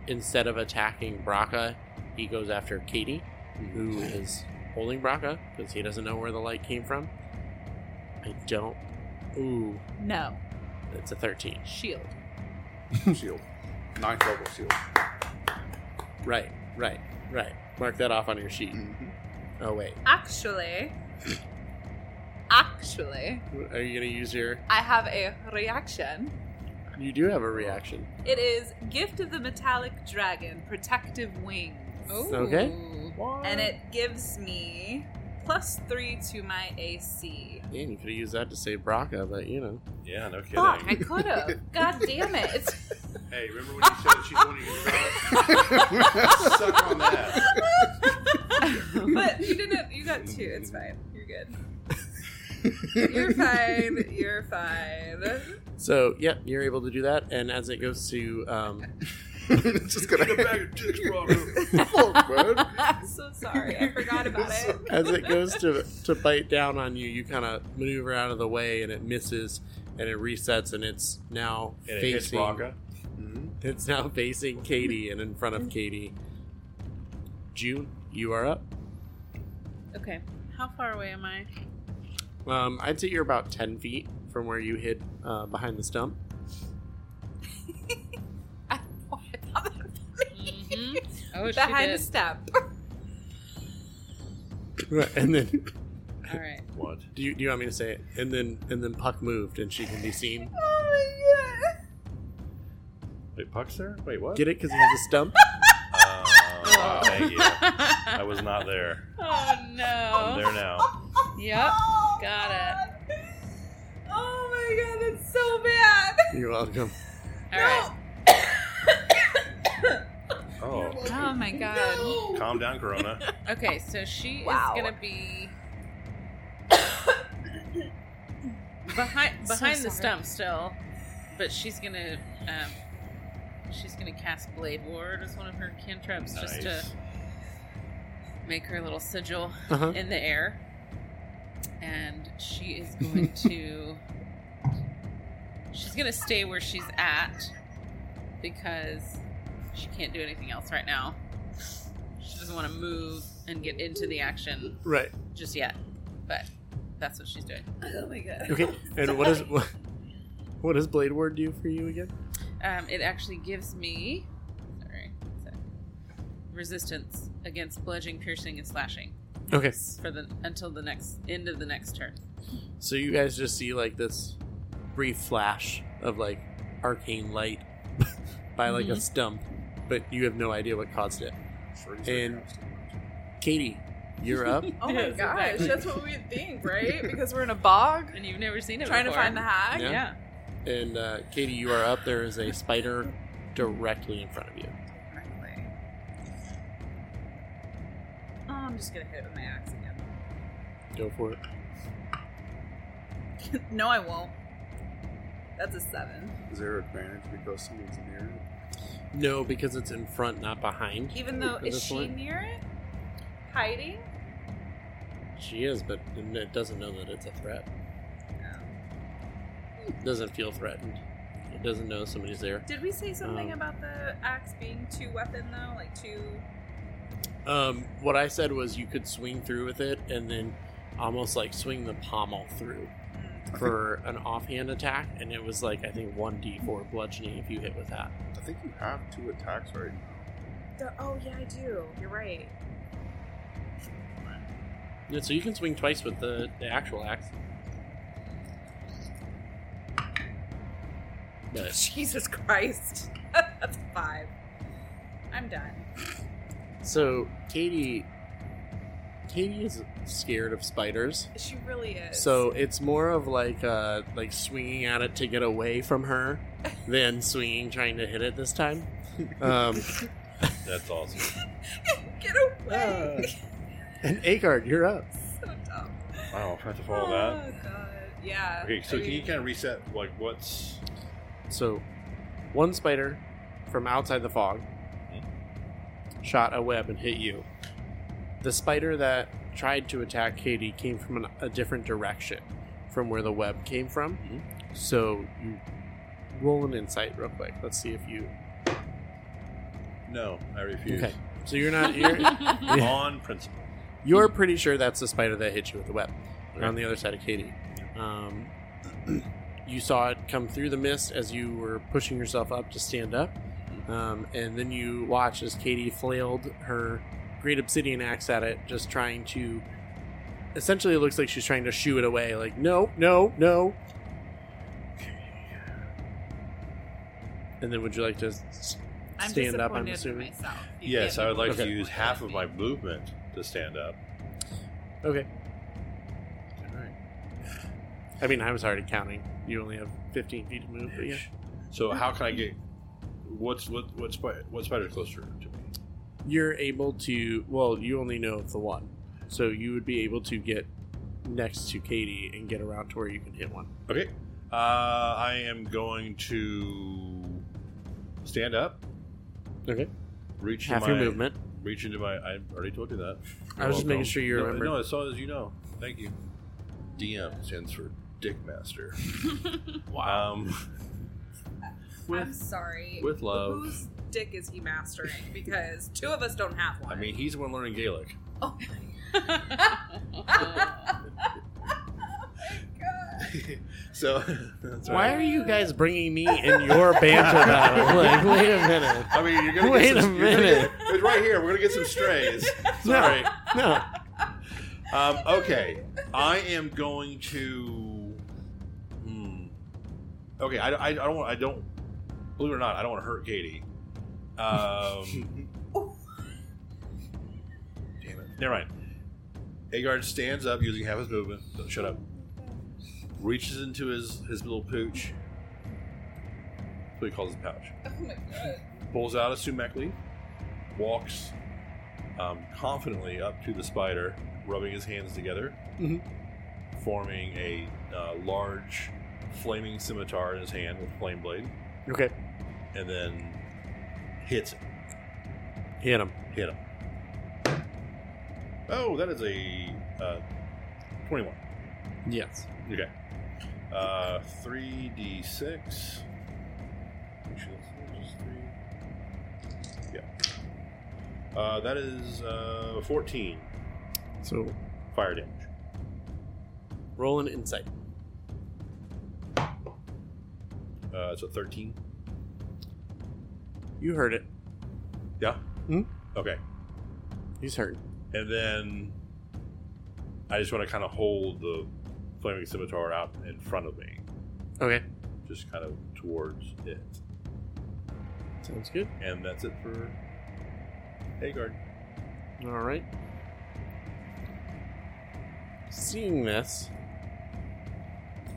instead of attacking Braca, he goes after Katie, who Mm-hmm. is holding Braca because he doesn't know where the light came from. I don't. Ooh, No. it's a thirteen. Shield. shield, ninth level shield. Right, right, right. Mark that off on your sheet. Mhm. Oh wait, Actually, actually, are you gonna use your? I have a reaction. You do have a reaction. It is Gift of the Metallic Dragon, Protective Wings. Oh. Okay. And it gives me plus three to my AC. Man, you could have used that to save Braca, but you know. Yeah, no kidding. Fuck, I could have. God damn it. It's Hey, remember when you said that she's the one you can Suck on that. but you didn't. You got two. It's fine. You're good. You're fine. You're fine. So yeah, you're able to do that, and as it goes to, um, it's just gonna Get a bag of dicks, Robert. Fuck, man. I'm so sorry. I forgot about it. as it goes to to bite down on you, you kind of maneuver out of the way, and it misses, and it resets, and it's now And it hits facing. Braca. Mm-hmm. Mhm. it's now facing Katie, and in front of Katie, June, you are up. Okay. How far away am I? Um, I'd say you're about 10 feet from where you hid uh, behind the stump. Mm-hmm. Oh, she Behind the did. step. and then, All right. What? do you, do you want me to say it? And then, and then Puck moved and she can be seen. Oh, Wait, Puck's there? Wait, what? Get it? Because he has a stump? Uh, wow, thank you. I was not there. Oh I'm no. there now. Yep. Got it. Oh my god, that's so bad. You're welcome. All right. Oh, Oh my god. calm down, Corona. Okay, so she Wow. is gonna be behind So behind the sorry. stump still, but she's gonna um, she's gonna cast Blade Ward as one of her cantrips just uh, to Nice. make her little sigil Uh-huh. in the air, and she is going to she's gonna stay where she's at because She can't do anything else right now. She doesn't want to move and get into the action Right. just yet, but that's what she's doing. Oh my god. Okay. And what is what, what does Blade Ward do for you again? Um, it actually gives me sorry, one sec. resistance against bludgeoning, piercing, and slashing Okay. for the until the next end of the next turn. So you guys just see like this brief flash of like arcane light by like a Mhm. stump, but you have no idea what caused it. And- Katie, you're up. Oh my Yes, gosh, exactly. that's what we think, right? Because we're in a bog And you've never seen it trying to before. find the hag. Yeah. yeah. and uh, Katie, you are up. There is a spider directly in front of you. Exactly. Oh, I'm just gonna hit it with my axe again. Go for it. no, I won't. That's a seven. Is there advantage because someone's near? No, because it's in front, not behind. Even though At is this she point? near it? Hiding? She is, but it doesn't know that it's a threat. Oh. Doesn't feel threatened. It doesn't know somebody's there. Did we say something Um, about the axe being two weapon though? Like two Um, what I said was you could swing through with it and then almost like swing the pommel through for an offhand attack, and it was like I think one d4 bludgeoning if you hit with that. I think you have two attacks right The- oh yeah, I do. You're right. Yeah, so you can swing twice with the, the actual axe. But Jesus Christ, that's a five. I'm done. so Katie, Katie is scared of spiders. She really is. So it's more of like uh like swinging at it to get away from her than swinging trying to hit it this time. Um, That's awesome. get away. and Agard, you're up. so dumb. Wow, I have to follow uh, that. Oh god. Yeah. Okay, so I can you mean, kind of reset, like, what's. So one spider from outside the fog shot a web and hit you. The spider that tried to attack Katie came from an, a different direction from where the web came from. So you roll an insight real quick. Let's see if you. No, I refuse. Okay. So you're not you're, On principle. You're pretty sure that's the spider that hit you with the web on the other side of Katie. Um, you saw it come through the mist as you were pushing yourself up to stand up, um, and then you watched as Katie flailed her great obsidian axe at it, just trying to. Essentially, it looks like she's trying to shoo it away. Like, no, no, no. And then, would you like to s- I'm stand up? I'm disappointed in assuming. myself. You Yes, gave I me would like more to than use one half than of me. my movement to stand up. Okay. I mean, I was already counting. You only have 15 feet to move, but yeah. So how can I get what's what what spider what spider's closer to me? You're able to, well, you only know of the one. So you would be able to get next to Katie and get around to where you can hit one. Okay, uh, I am going to stand up, Okay. reach Half into your my, movement. reach into my. I already told you that. I was just making sure you No, remembered. No, as long as you know. Thank you. DM stands for Dick Master. wow. Um, I'm with sorry. with love. Whose dick is he mastering? Because two of us don't have one. I mean, he's the one learning Gaelic. Oh so that's all Why right. are you guys bringing me in your banter battle? Like, wait a minute. I mean, you're gonna Wait get some, a you're gonna minute. get- it's right here. We're gonna get some strays. Sorry. No. Um, okay, I am going to. Hmm. Okay, I, I, I don't want. I don't. Believe it or not, I don't want to hurt Katie. Um, Ooh. damn it. Never mind. Agard stands up using half his movement. Don't Shut up. Reaches into his his little pooch. That's what he calls his pouch. Oh my god. Pulls out a sumac leaf. Walks um, confidently up to the spider, rubbing his hands together Mm-hmm. forming a uh, large flaming scimitar in his hand with flame blade, Okay. and then hits it. Hit him. Hit him. Oh, that is a uh, twenty-one. Yes. Okay. Uh, three d six. Actually, it's just three. Uh, that is uh, 14 So fire damage. roll an insight. Uh, it's a 13. You heard it. Yeah? Hmm? Okay. He's heard. And then I just want to kind of hold the flaming scimitar out in front of me, Okay. just kind of towards it. Sounds good. And that's it for Hagar. All right. Seeing this,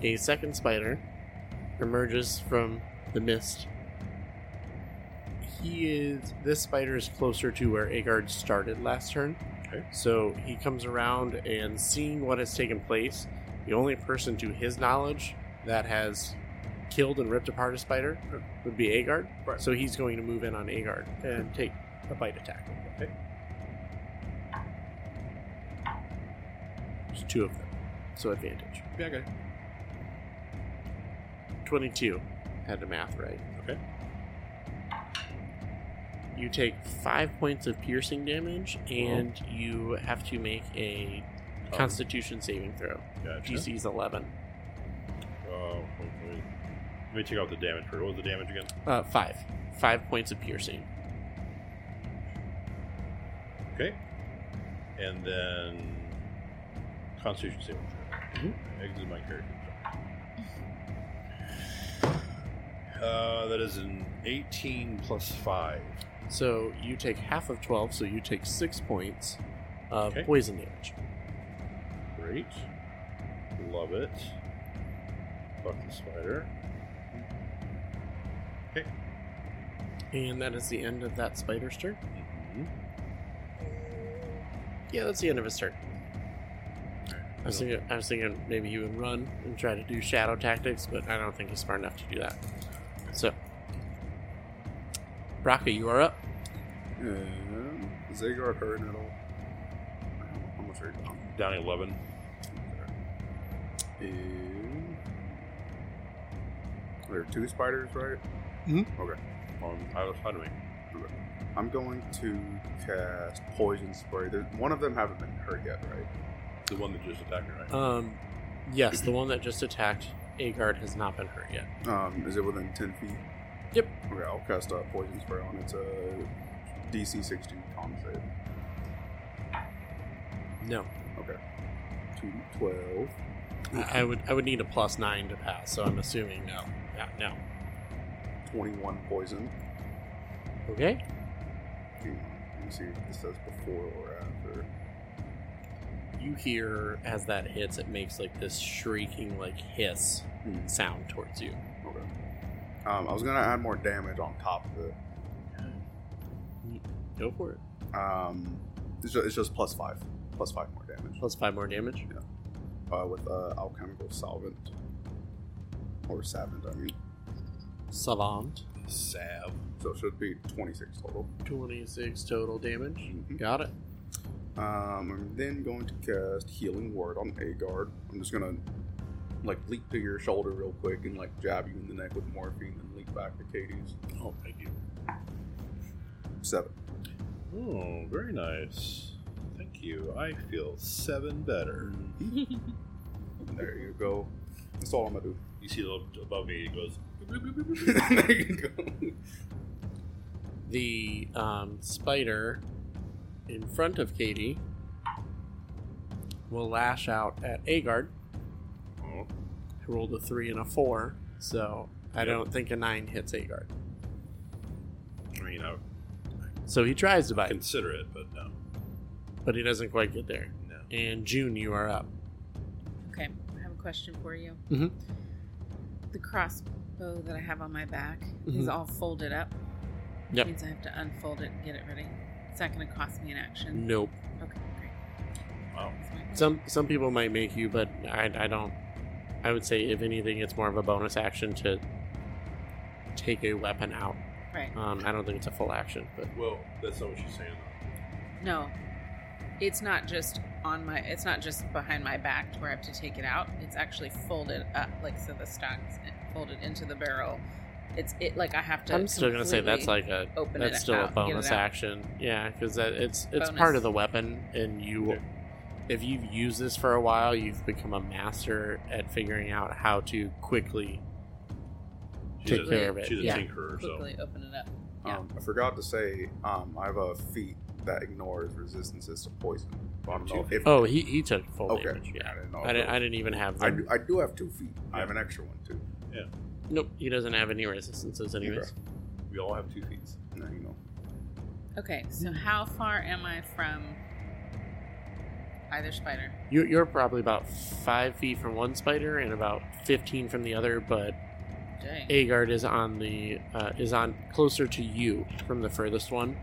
a second spider emerges from the mist. He is. This spider is closer to where Agard started last turn. Okay. So he comes around and seeing what has taken place, the only person to his knowledge that has killed and ripped apart a spider would be Agard. Right. So he's going to move in on Agard and take a bite attack. There's two of them. So advantage. Yeah, okay. 22. Had the math right. Okay. You take five points of piercing damage, and you have to make a Oh. Constitution saving throw. Um, Gotcha. DC's 11. Uh, wait, wait. Let me take out the damage first. What was the damage again? Uh, five. Five points of piercing. Okay. And then Constitution saving throw. Exit my character. Uh, that is an 18 plus 5. So you take half of 12, so you take six points of Okay. poison damage. Great. Love it. Fuck the spider. And that is the end of that spider's turn. Mhm. Yeah, that's the end of his turn. I was thinking, I was thinking maybe he would run and try to do shadow tactics, but I don't think he's smart enough to do that. So, Braca, you are up. Um, is Agar hurting at all? How much are you down? Down 11. Um, There are two spiders, right? On either side of me. I'm going to cast poison spray. There, one of them haven't been hurt yet, right? The one that just attacked me, right? Um, yes, the one that just attacked Agard has not been hurt yet. Um, is it within ten feet? Yep. Okay, I'll cast a poison spray on. it. It's a DC 16 con save. No, Two twelve. I, I would I would need a plus nine to pass, so I'm assuming no. Yeah, no. 21 poison. Okay. Let me see if this says before or after. You hear as that hits, it makes like this shrieking like hiss Hmm. sound towards you. Okay. Um, I was gonna add more damage on top of it. Go for it. Um, it's just, it's just plus five, plus five more damage Plus five more damage. uh, with uh, alchemical solvent or savant. I mean, Savant. Sav. so it should be 26 total. Twenty six total damage. Mhm. Got it. Um, I'm then going to cast Healing Word on Agard. I'm just gonna like leap to your shoulder real quick and like jab you in the neck with morphine, and leap back to Katie's. Oh, thank you. Seven. Oh, very nice. Thank you. I feel seven better. There you go. That's all I'm gonna do. You see the above me, it goes. there you go. the um, spider in front of Katie will lash out at Agard, Oh, who rolled a three and a four. So I Yep. don't think a nine hits Agard. I mean, I So he tries to I bite, consider it, but no. but he doesn't quite get there. No. And June, you are up. Okay, I have a question for you. Mhm. The crossbow that I have on my back Mhm. is all folded up. Yep. Means I have to unfold it and get it ready. It's not going to cost me an action. Nope. Okay, great. Wow. That's my- Some some people might make you, but I, I don't. I would say if anything, it's more of a bonus action to take a weapon out. right. Um, I don't think it's a full action, but Well, that's not what she's saying. No. It's not just on my it's not just behind my back to where I have to take it out. It's actually folded up like so the stock's folded into the barrel It's it like I have to. I'm still gonna say that's completely like a open it that's still out a and get it bonus out. action. Yeah, because it's it's Bonus. part of the weapon, and you will Okay. if you've used this for a while, you've become a master at figuring out how to quickly. She's Take a, care of it, She's a yeah. tinkerer, so quickly open it up. Yeah. Um, I forgot to say, um, I have a feat that ignores resistances to poison. I don't know if- Oh, he he took full okay. damage. I Yeah, didn't know. Oh, I didn't I didn't even have I, that. do, I do have two feet. I have Yeah. an extra one too. Nope, he doesn't have any resistances anyways. we all have two feet. Now you know. Okay, Mm-hmm. so how far am I from either spider? You, you're probably about five feet from one spider and about fifteen from the other, but Dang. Agard is on the uh, is on closer to you from the furthest one.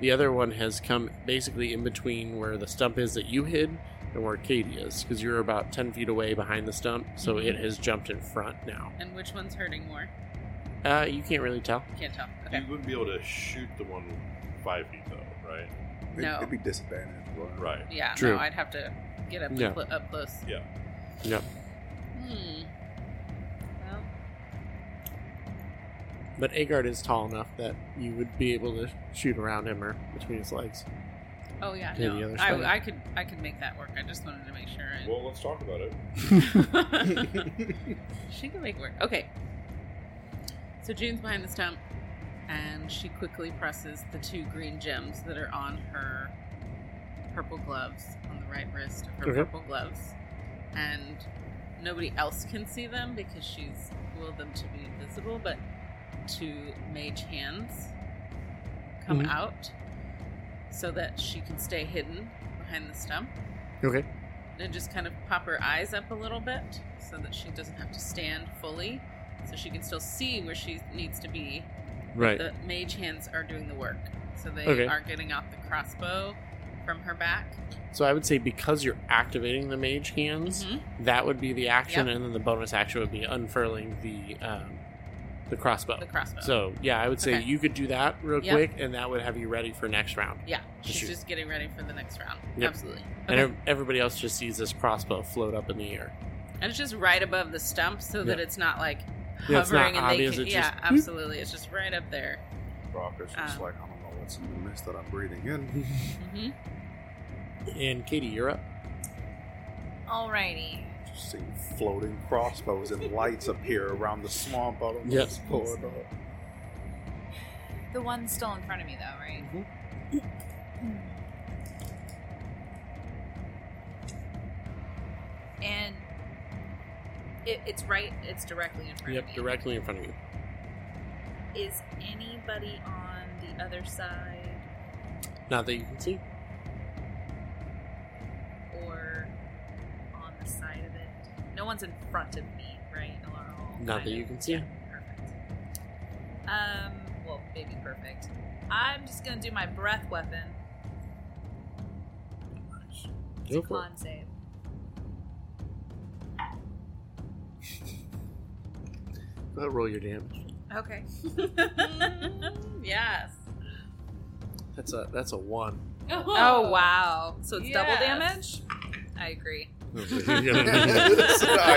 The other one has come basically in between where the stump is that you hid and where Katie is, because you're about ten feet away behind the stump, so Mhm. it has jumped in front now. And which one's hurting more? Uh, you can't really tell. Can't tell. Okay. Mm. You wouldn't be able to shoot the one five feet though, right? It'd, No. it'd be disadvantaged. but- Right. Yeah. True. No, I'd have to get up Yeah. and cl- up close. Yeah. Yep. Hmm. Well, But Agard is tall enough that you would be able to shoot around him or between his legs. oh yeah. Yeah, the No, other spider. I, I could I could make that work. I just wanted to make sure. I... Well, let's talk about it. she can make work. Okay. So June's behind the stump, and she quickly presses the two green gems that are on her purple gloves, on the right wrist of her Okay. purple gloves. And nobody else can see them because she's willed them to be invisible, but two mage hands come Mhm. out so that she can stay hidden behind the stump Okay. and just kind of pop her eyes up a little bit so that she doesn't have to stand fully so she can still see where she needs to be Right. the mage hands are doing the work so they Okay. are getting off the crossbow from her back So I would say because you're activating the mage hands, Mhm. that would be the action, and then the bonus action would be unfurling the um, the crossbow. the crossbow So yeah, I would say Okay. you could do that real Yeah. quick, and that would have you ready for next round. yeah she's shoot. just getting ready for the next round Yep. absolutely And Okay. ev- everybody else just sees this crossbow float up in the air. and it's just right above the stump so that Yeah. it's not like Yeah, it's hovering not and obvious, they can, it's yeah just- absolutely it's just right up there Brock is just Um. like, I don't know what's in the mist that I'm breathing in. hmm And Katie, you're up. Alrighty. just seeing floating crossbows and lights appear around the swamp. I don't know Yep. what's going on. The one's still in front of me, though, right? Mm-hmm. And it, it's right. It's directly in front of me. Yep, directly in front of you. Is anybody on the other side, Not that you can see. or on the side of it? No one's in front of me, right? Y'all are all Not kind that you of- can see. yeah, perfect. Um. Well, maybe perfect. I'm just gonna do my breath weapon. It's a Go for it. con save. Uh, roll your damage. Okay. Mm, yes That's a that's a one. Oh wow! So it's double Yes. damage. I agree. I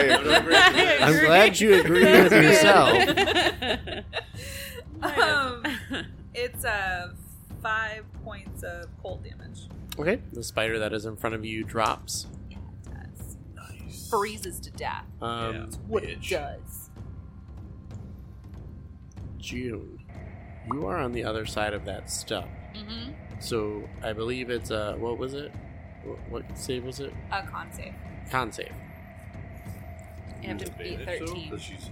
am I'm glad you agree with yourself. Um, it's uh five points of cold damage. Okay. The spider that is in front of you drops. Yeah, it does. Nice. Freezes to death. Um, Yeah. What it Bitch. does. June, you are on the other side of that stump. hmm So I believe it's uh, what was it? What, what save was it? A con save. Con save. You have to beat Advantage, though, 13. that she's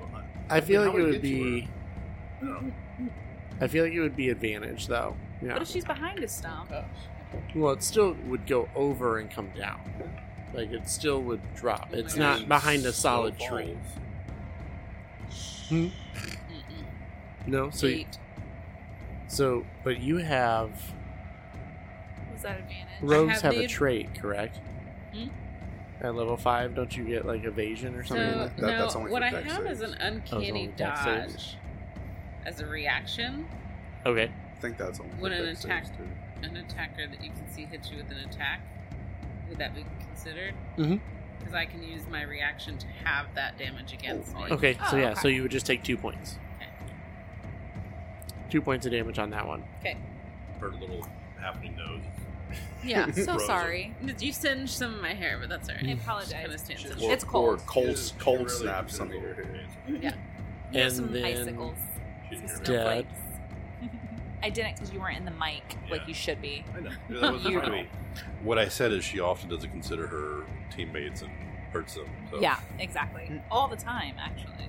behind. I feel How like it would would it get to be. I feel like it would be advantage though. Yeah. But if she's behind a stump? Oh. Well, it still would go over and come down. Like it still would drop. Oh my It's gosh. not behind a Slow solid falls. tree. No. So you- Eight. so, but you have Was that advantage? rogues have have, the a ad- trait, correct? Hmm? At level five, don't you get like evasion or So, something? no, like that- that's only what for I dex have saves. is an Oh, it's uncanny only dex dodge saves. as a reaction. that? Okay. I think that's only When for an dex attack- saves, too. An attacker that you can see hits you with an attack. Would that be considered? Mhm. Because I can use my reaction to have that damage against me. Okay. Oh, so yeah. okay. So you would just take two points. Okay. two points of damage on that one. Her little happening nose. Yeah. So Frozen. sorry. You singed some of my hair, but that's all I right. apologize. Just kinda It's cold. Cold- She cold really snap is a something little here. dancer. You have And some then- icicles. She Some didn't hear me. Dead. snowflakes. I didn't because you weren't in the mic Yeah. like you should be. I know. That was You not know. me. What I said is she often doesn't consider her teammates and hurts them. So Yeah, exactly. All the time, actually.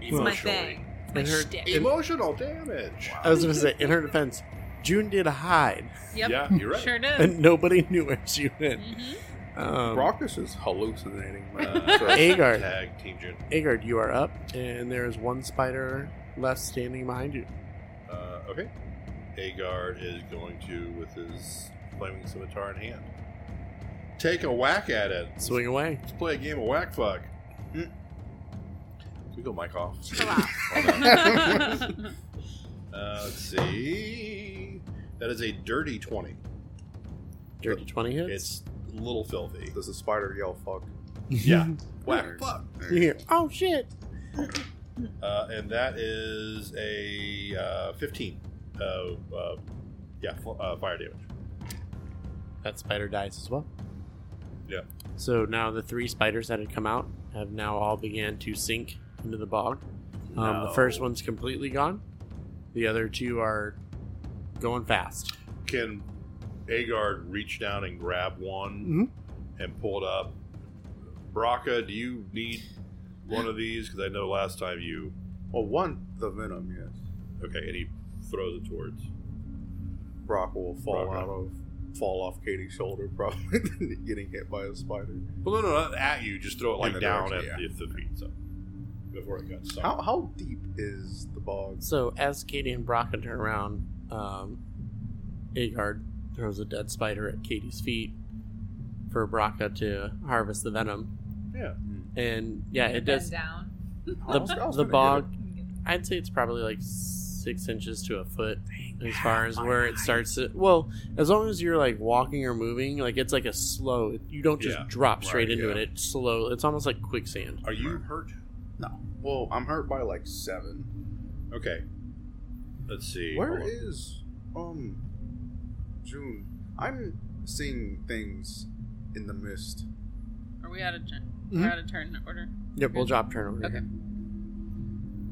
It's my emotionally. thing. It's my And her- shtick. and- Emotional damage. I was going to say, in her defense, June did hide, Yep. Yeah, you're right. Sure did. and nobody knew where she went. Mhm. Um, Brockus is hallucinating. Uh, Man. so, Agar. Tag Team June. Agard, you are up, and there is one spider left standing behind you. Uh, okay. Agard is going to, with his flaming scimitar in hand, take a whack at it. Swing away. Let's play a game of whack fuck. Hmm. We go mic off. Chill out. Uh, let's see. That is a dirty 20. Dirty 20 hits. It's a little filthy. does the spider yell fuck? Yeah. There. Whack fuck. you hear, oh shit. Uh, and that is a uh, 15. Uh, uh, yeah, fl- uh, fire damage. That spider dies as well. Yep. So now the three spiders that had come out have now all began to sink into the bog. Um, The No. first one's completely gone. The other two are going fast. Can Agard reach down and grab one Mm-hmm. and pull it up? Braca, do you need one of these? Because I know last time you. Well, one, the venom, yes. Okay, and he throws it towards. Brock will fall Brock. out of, fall off Katie's shoulder, probably getting hit by a spider. Well, no, no, not at you. Just throw it In like the down at direction, the, the feet. So before it got stuck. How, how deep is the bog? So as Katie and Brock turn around, um, Agard throws a dead spider at Katie's feet for Braca to harvest the venom. Yeah. And yeah, it does. down. I was- I The, was the gonna get bog I'd say it's probably like six inches to a foot as far as where it starts. To, well, as long as you're like walking or moving, like it's like a slow. You don't just Yeah, drop straight right, into yeah. it. It's slow. It's almost like quicksand. Are you hurt? it. No. Well, Oh, I'm hurt by like seven. Okay. Let's see. Where Hold on. is um June? I'm seeing things in the mist. Are we out of turn? Mhm. We're out of turn order. Yep, we'll drop turn over. Okay.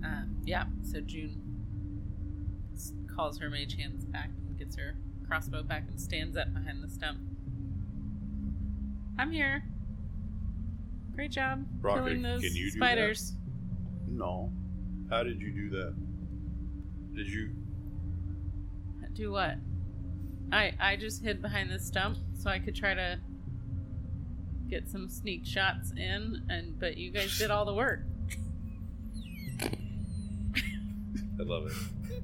Uh, yeah. So June s- calls her mage hands back and gets her crossbow back and stands up behind the stump. I'm here. Great job Rocket, killing those can you do that? spiders. No. How did you do that? Did you? Do what? I I just hid behind this stump so I could try to get some sneak shots in, and but you guys did all the work. I love it.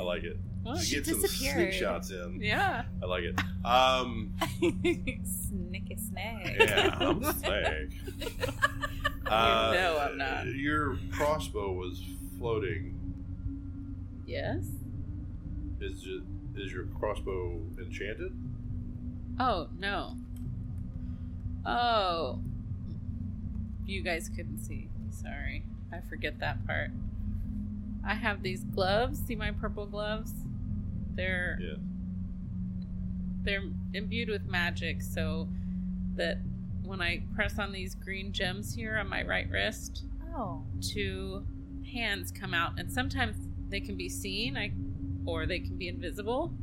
I like it. What? You Oh, She get some sneak disappeared. shots in. Yeah. I like it. Um, Snicky snag. yeah, I'm a snake. Uh, know I'm not. Your crossbow was floating. Yes. Is it, is your crossbow enchanted? Oh no. Oh. You guys couldn't see. Sorry, I forget that part. I have these gloves. See my purple gloves? They're Yeah. they're imbued with magic so that when I press on these green gems here on my right wrist, Oh. two hands come out and sometimes they can be seen I, or they can be invisible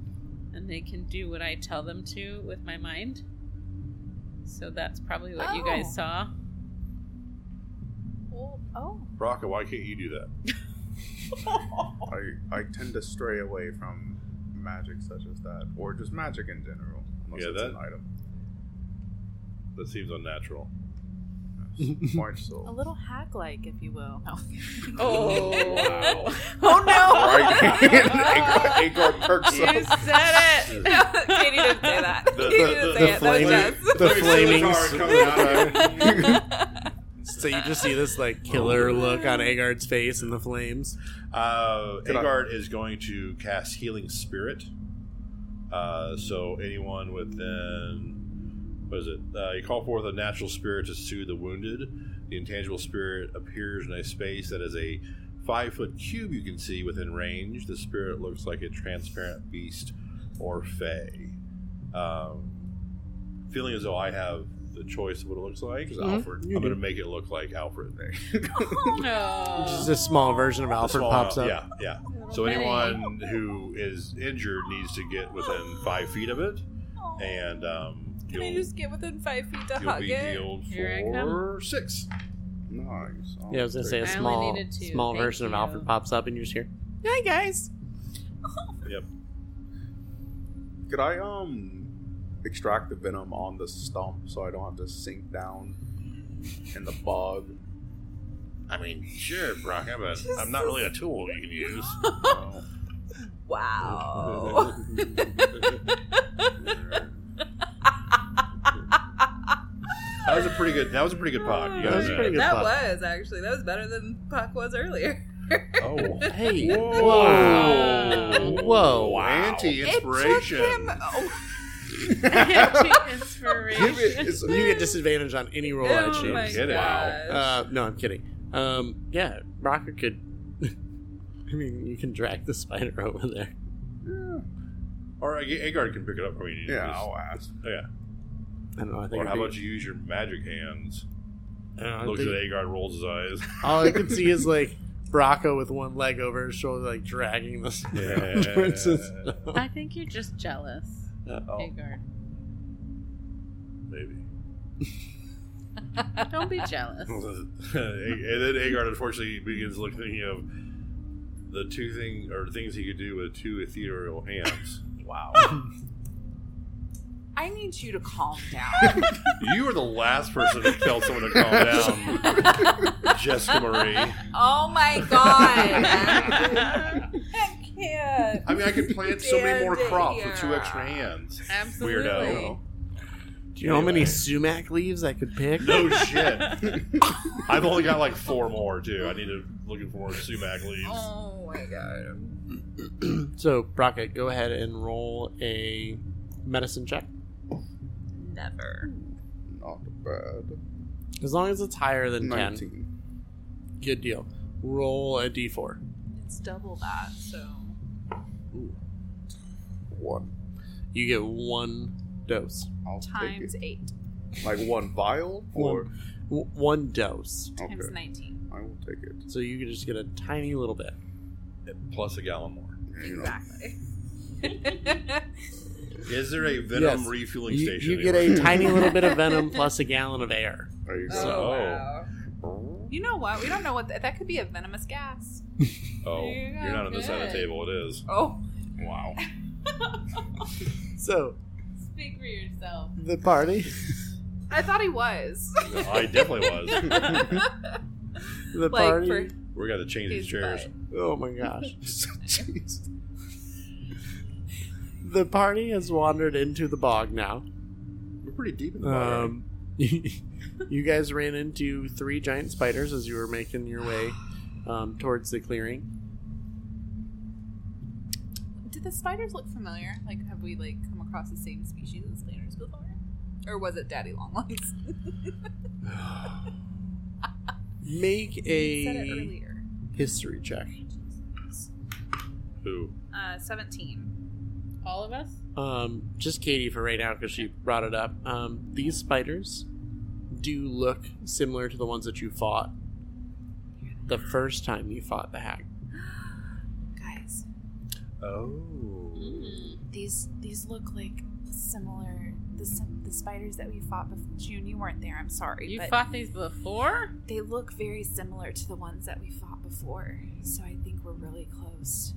and they can do what I tell them to with my mind. So that's probably what you Oh. guys saw. Oh. Rocka, why can't you do that? I I tend to stray away from magic such as that, or just magic in general, unless Yeah, it's that- an item. That seems unnatural. March A so. little hack like, if you will. Oh, oh Right. no! Agar perks you up. said it. no, Katie didn't say that. The- Katie didn't the- say the it. That was flame- Jess. The flaming. flaming. So you just see this like Oh, killer look on Agard's face and the flames. Uh, Did I- Agard is going to cast Healing Spirit. Uh, so anyone within, what is it? Uh, you call forth a natural spirit to soothe the wounded. The intangible spirit appears in a space that is a five foot cube you can see within range. The spirit looks like a transparent beast or fey. Um, feeling as though I have the choice of what it looks like, Just Mhm. Alfred. You I'm going to do. make it look like Alfred. Just No. a small version of The Alfred small- pops up. Yeah, yeah. So anyone who is injured needs to get within five feet of it, and um, Can I you'll, just get within five feet to you'll hug be it? healed Here I come. for six. Nice. Yeah, I was gonna say a I only small, needed two, small thank version of you. Alfred pops up, and you're just here. Hi guys. Could I um extract the venom on the stump so I don't have to sink down in the bog? I mean, sure, Brock. I'm, a, Just I'm not really a tool you can use. Wow. That was a pretty good. That was a pretty good pod. You That was guys, uh, pretty good. That thought. was actually that was better than Puck was earlier. Oh, Hey. Whoa. Whoa. Anti-inspiration. It took him. Oh, Give it- Inspiration. it's- You get disadvantage on any roll I oh choose. my Get it. gosh. Uh, no, I'm kidding. Um, yeah, Rocker could. I mean, you can drag the spider over there. Yeah, Or Agard can pick it up. I mean, you yeah just- I'll ask. I don't know. I think. Or how it'd about be- you use your magic hands? I don't know, I Looks at think- Agard, rolls his eyes. All I can see is like Bracco with one leg over his shoulder, like dragging the spider towards his. I think you're just jealous, Oh, Hagar. maybe. Don't be jealous. and then Agard unfortunately begins looking thinking of the two thing or things he could do with two ethereal hands. wow. I need you to calm down. You were the last person to tell someone to calm down, Jessica Marie. oh my god. I can't. I mean, I could plant so many more Stand crops with two here. extra hands. Absolutely. Weirdo. Do you know how many sumac leaves I could pick? No shit. I've only got like four more too. I need to looking for more sumac leaves. Oh my god. so Bracco, go ahead and roll a medicine check. Never. Oh, Not bad. As long as it's higher than ten, Nineteen. good deal. Roll a d4. it's double that, so One. You get one dose. I'll times take eight. it. Like one vial or One. W- one dose. okay. Times nineteen. I will take it. So you can just get a tiny little bit. Plus a gallon more. You know, Exactly. Is there a venom Yes. refueling You, station? you get a anywhere? tiny little bit of venom plus a gallon of air. There you go. So- oh, wow. Uh, You know what? We don't know what th- that could be a venomous gas. Oh, There you you're go. not on this side of the Good. table. It is. Oh, Wow. So Speak for yourself. the party, I thought he was. I definitely was. the Like party. for We're gonna change these his chairs. butt. Oh my gosh. the party has wandered into the bog now. We're pretty deep in the water. Um, you guys ran into three giant spiders as you were making your way um, towards the clearing. Did the spiders look familiar? Like, have we like come across the same species of spiders before, or was it daddy longlegs? Make You said it Mm. a earlier. history check. Who? Uh, seventeen. All of us? Um, just Katie for right now because she brought it up. Um, these spiders do look similar to the ones that you fought the first time you fought the hack. Guys, Oh. Mm. these these look like similar. The sim- the spiders that we fought before. June, you weren't there. I'm sorry. You but fought these before? They look very similar to the ones that we fought before, so I think we're really close.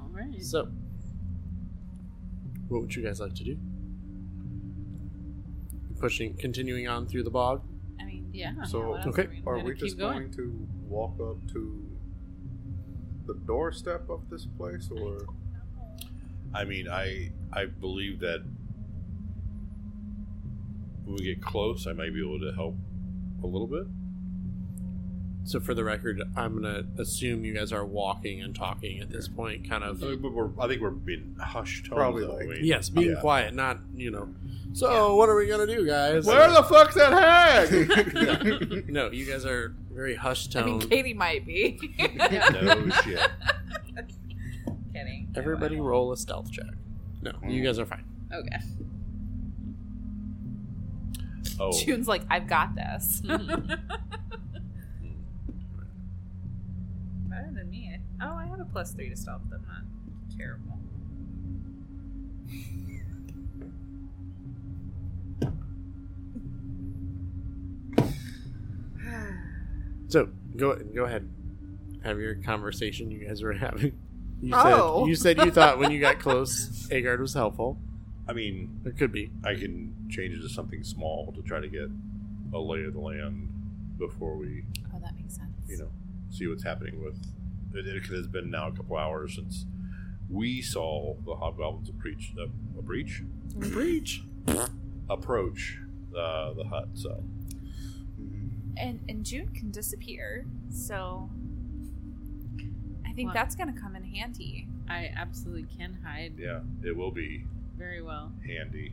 All right. So, what would you guys like to do? Pushing, continuing on through the bog. I mean, Yeah. So, what else Okay. we- Are Gotta we keep just going. going. to walk up to the doorstep of this place, or I mean, I I believe that when we get close, I might be able to help a little bit. So for the record, I'm gonna assume you guys are walking and talking at this point, kind of. I think we're, I think we're being hushed. tones, Probably aren't like- we? Yes, being Yeah. quiet, not you know. So what are we gonna do, guys? Where the fuck's that hag? no, you guys are very hushed I mean, tone. Katie might be. No shit. Kidding. Everybody roll a stealth check. No, you guys are fine. Okay. Oh, June's like, I've got this. Better than me. Oh, I have a plus three to stealth. I'm not terrible. So go go ahead, have your conversation you guys were having. You Oh. said you said you thought when you got close, Agard was helpful. I mean, It could be. I can change it to something small to try to get a lay of the land before we, Oh, that makes sense. you know, see what's happening with. It, it has been now a couple hours since we saw the hobgoblins breach, uh, a breach, Breach. approach uh, the hut. So And and June can disappear, so I think What? that's gonna come in handy. I absolutely can hide yeah, it will be very well. handy.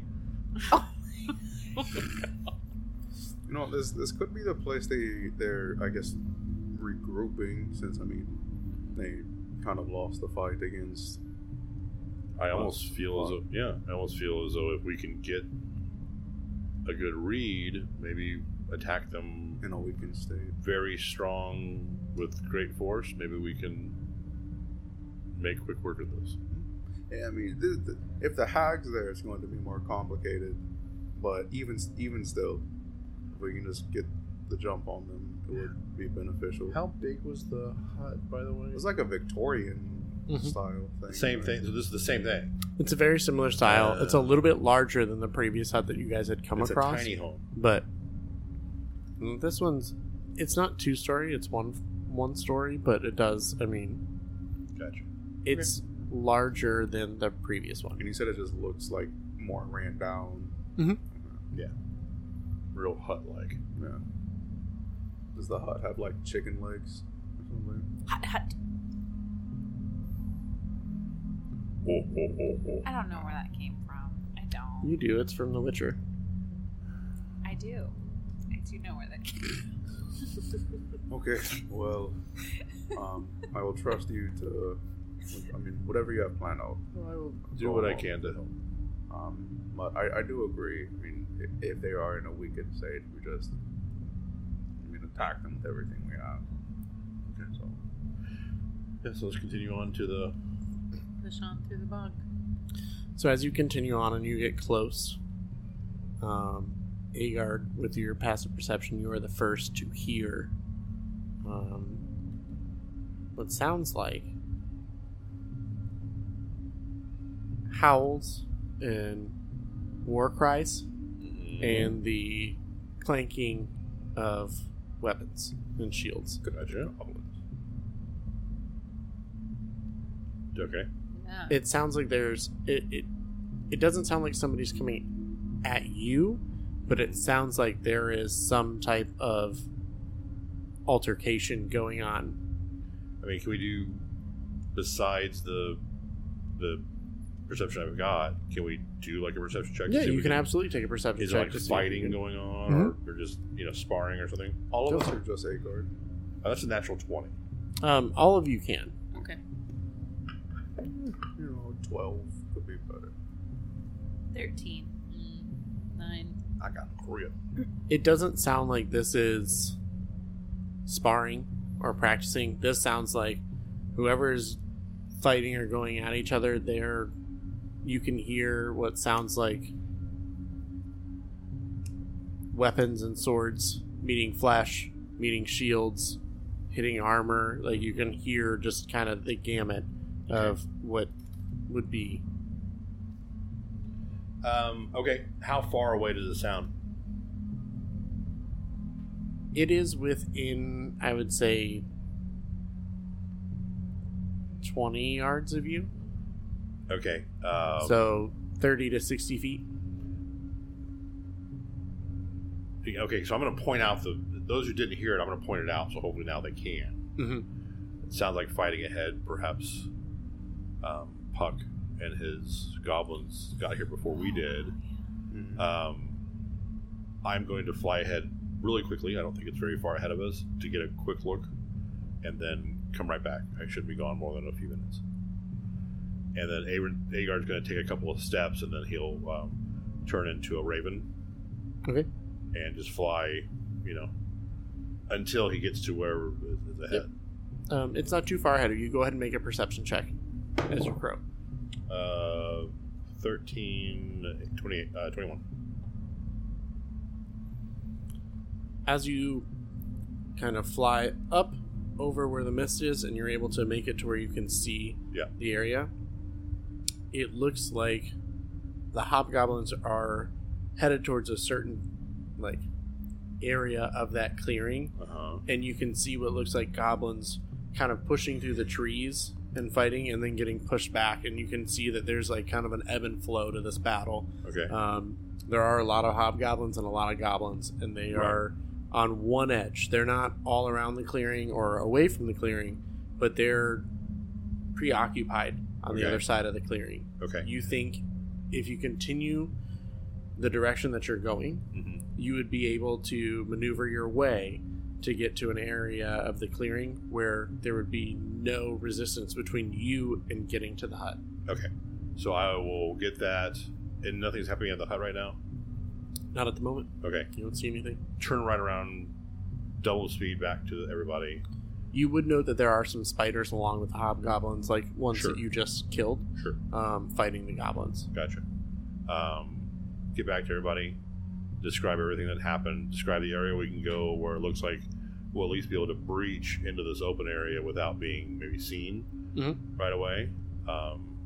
You know, this this could be the place they they're I guess regrouping since I mean they kind of lost the fight against. I almost feel as though, yeah, I almost feel as though if we can get a good read, maybe attack them in a weakened state. very strong with great force, maybe we can make quick work of this. Yeah, I mean, th th if the hag's there, it's going to be more complicated. But even even still, if we can just get the jump on them, it would be beneficial. How big was the hut, by the way? It was like a Victorian Mhm. style thing. Mm-hmm. Same right? thing. So this is the same thing. It's a very similar style. Uh, it's a little bit larger than the previous hut that you guys had come it's across, a tiny home. but this one's it's not two story. It's one one story, but it does. I mean, Gotcha. it's larger than the previous one. And you said it just looks like more ran down. Uh, Mhm. Real hut like. Yeah. Does the hut have like chicken legs or something? Hut, hut. Oh, oh, oh, oh. I don't know where that came from. I don't. You do. It's from The Witcher. I do. I do know where that came Okay. Well, um, I will trust you to. I mean, whatever you have planned out. Do what I can to help. Um, but I, I do agree. I mean, i- if they are in a weakened state, we just, I mean, attack them with everything we have. Okay, so Yeah, so let's continue on to the. Push on through the bog. So as you continue on and you get close, um, Agard, with your passive perception, you are the first to hear um, what sounds like howls and war cries and the clanking of weapons and shields. Gotcha. Okay. Yeah. it sounds like there's it, it it doesn't sound like somebody's coming at you but it sounds like there is some type of altercation going on I mean, can we do besides the the perception I've got? Can we do like a perception check? to yeah see if you we can absolutely take a perception Is it check like to see if fighting you can- Mm-hmm. going on, or, or just you know sparring or something? all Go of us for are just a guard. Oh, that's a natural twenty. um all of you can Okay. You know, twelve could be better. from. Thirteen. Mm, nine. I got three. of them. it doesn't sound like this is sparring or practicing this sounds like whoever's fighting or going at each other they're you can hear what sounds like weapons and swords meeting flesh meeting shields hitting armor like you can hear just kind of the gamut of what would be Um, okay, how far away does it sound? It is within, I would say, 20 yards of you. Okay, um, so 30 to 60 feet. okay, so I'm going to point out the those who didn't hear it, I'm going to point it out. So hopefully now they can. Mhm. It sounds like fighting ahead. Perhaps um, Puck and his goblins got here before we did. Mhm. Um, I'm going to fly ahead really quickly. I don't think it's very far ahead of us to get a quick look, and then come right back. I should be gone more than a few minutes. And then Aaron, Agar's going to take a couple of steps, and then he'll um, turn into a raven. Okay. And just fly, you know, until he gets to wherever is- is ahead. Um, it's not too far ahead of you. Go ahead and make a perception check as you crow. Uh, 13, 28, uh, 21. as you kind of fly up over where the mist is and you're able to make it to where you can see Yeah. the area, it looks like the hobgoblins are headed towards a certain like area of that clearing Uh huh. and you can see what looks like goblins kind of pushing through the trees and fighting and then getting pushed back and you can see that there's like kind of an ebb and flow to this battle Okay. um, there are a lot of hobgoblins and a lot of goblins, and they Right. are on one edge. They're not all around the clearing or away from the clearing, but they're preoccupied on the Okay. other side of the clearing. Okay. You think if you continue the direction that you're going, Mhm. you would be able to maneuver your way to get to an area of the clearing where there would be no resistance between you and getting to the hut. So I will get that, and nothing's happening at the hut right now. Not at the moment. Okay. You don't see anything. Turn right around, double speed back to everybody. You would note that there are some spiders along with the hobgoblins, like ones Sure. that you just killed, Sure. um, fighting the goblins. Gotcha. Um, get back to everybody. Describe everything that happened. Describe the area we can go where it looks like we'll at least be able to breach into this open area without being maybe seen Mhm. right away. Um,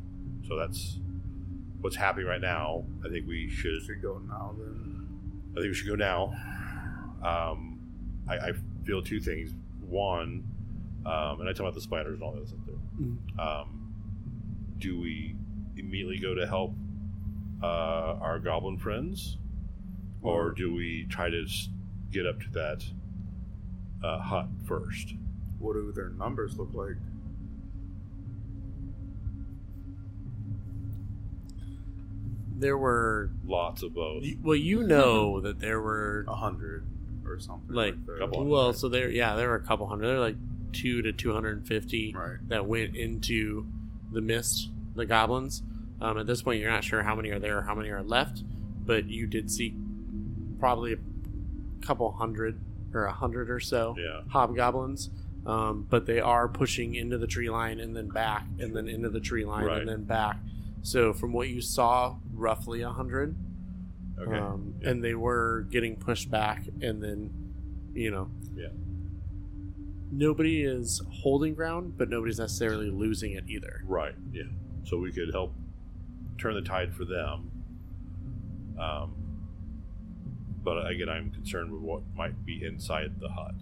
so that's what's happening right now. I think we should Should go now then. I think we should go now. Um, I, I feel two things. One, um, and I talk about the spiders and all that stuff there. Um, do we immediately go to help uh, our goblin friends, or do we try to s- get up to that uh, hut first? What do their numbers look like? There were, Lots of both. well, you know that there were, A hundred or something Like, that. couple hundred. well, so there, yeah, there were a couple hundred. There were like two to two hundred and fifty Right. that went into the mist, the goblins. Um, at this point, you're not sure how many are there or how many are left, but you did see probably a couple hundred or a hundred or so. Yeah. hobgoblins, um, but they are pushing into the tree line and then back, and then into the tree line Right. and then back. So from what you saw, roughly a hundred, Okay. um, Yeah. and they were getting pushed back, and then, you know, Yeah. Nobody is holding ground, but nobody's necessarily losing it either. Right. Yeah. So we could help turn the tide for them. Um, but again, I'm concerned with what might be inside the hut.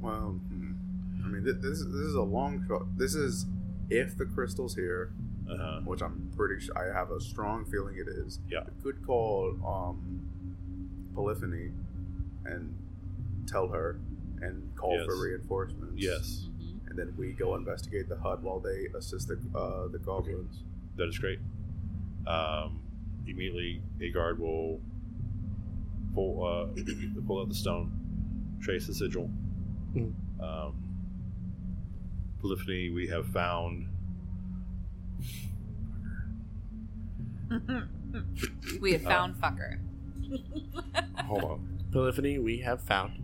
Well, hmm. I mean, th- this this is a long shot. This is if the crystal's here, Uh-huh. which I'm pretty sure I have a strong feeling it is. Yeah. I could call um, Polyphony and tell her and call Yes. for reinforcements. Yes, Mm-hmm. And then we go investigate the hut while they assist the uh, the goblins. that is great. Um, immediately, a guard will pull uh, pull out the stone, trace the sigil. Mm. Um, Polyphony, we have found. We have Uh, found fucker. Hold on. Polyphony, we have found.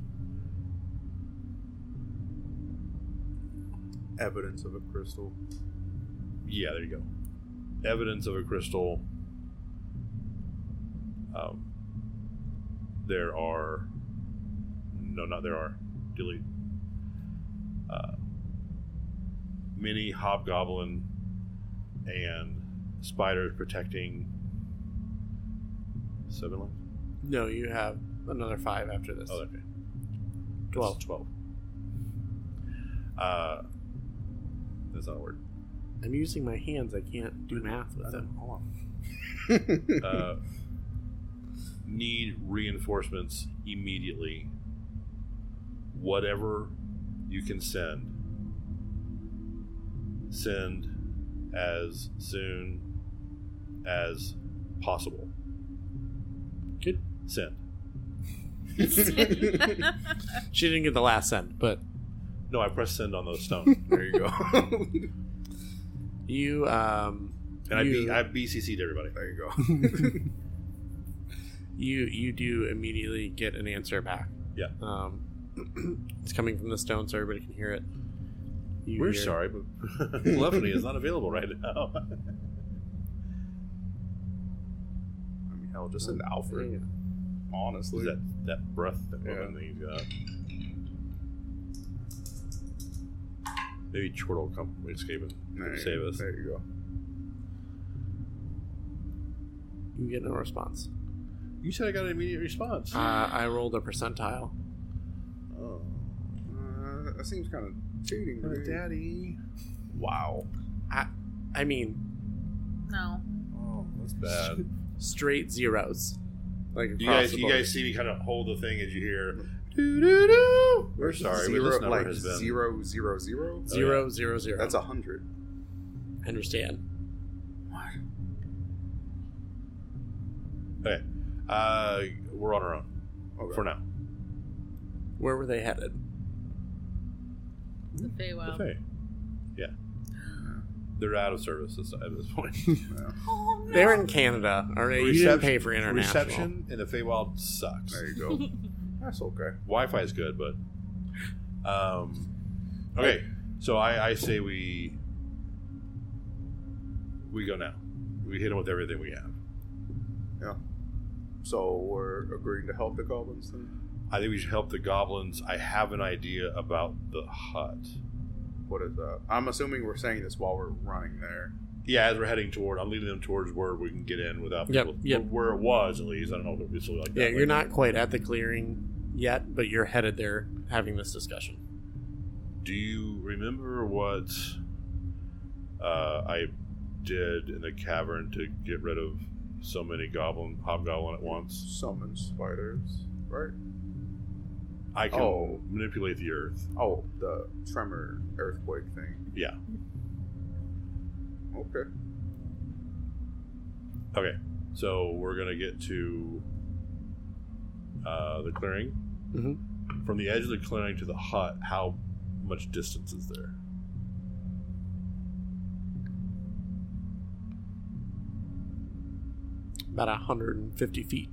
Evidence of a crystal. Yeah, there you go. Evidence of a crystal. Um, there are. No, not there are. Delete. Uh, many hobgoblin and spiders protecting. Seven lines? No, you have another five after this. Oh, okay. Twelve. That's 12. Uh, that's not a word. I'm using my hands. I can't do math with them. Hold uh, need reinforcements immediately whatever you can send. Send as soon as possible. Good. Send. She didn't get the last send, but No, I pressed send on those stones. There you go. you um And I, B- You- I BCC'd everybody. there you you you do immediately get an answer back. Yeah. Um, it's coming from the stone, so everybody can hear it. You We're hear- sorry, but Telephony is not available right now. go. I mean, hell, just send Alfred. Yeah. Honestly, Is that that breath that Yeah. woman thing you got? Maybe Chortle will come escape it. There you- save us. There you go. You get no response. You said I got an immediate response. Uh, I rolled a percentile. oh. Uh, that seems kind of cheating, Oh, dude. Daddy. Wow. I mean, No. Oh, that's bad. straight zeros. Like across You guys, the you board. guys see me kind of hold the thing as you hear. Doo, doo, doo. We're sorry, but this Zero, number like has been. zero, zero, zero. Oh, Zero, zero, zero. That's a hundred. I understand. Okay, uh, we're on our own Okay. for now. Where were they headed? The Feywild. Okay. Yeah, they're out of service this- at this point. Oh, no. They're in Canada. All right, you Recep- didn't pay for international. Reception in the Feywild sucks. There you go. That's okay. Wi-Fi is good, but um, okay. So I, I say we we go now. We hit them with everything we have. So we're agreeing to help the goblins then? I think we should help the goblins. I have an idea about the hut. What is that? I'm assuming we're saying this while we're running there. Yeah, as we're heading toward, I'm leading them towards where we can get in without Yep, people. yep. Where it was, at least. I don't know if it's still like that. Yeah, you're later. not quite at the clearing yet, but you're headed there having this discussion. Do you remember what uh, I did in the cavern to get rid of so many goblin hobgoblin at once? Summon spiders, right? I can Oh. manipulate the earth. Oh, the tremor earthquake thing. Yeah. Okay. Okay, so we're gonna get to uh, the clearing. Mm-hmm. From the edge of the clearing to the hut, how much distance is there? About 150 feet.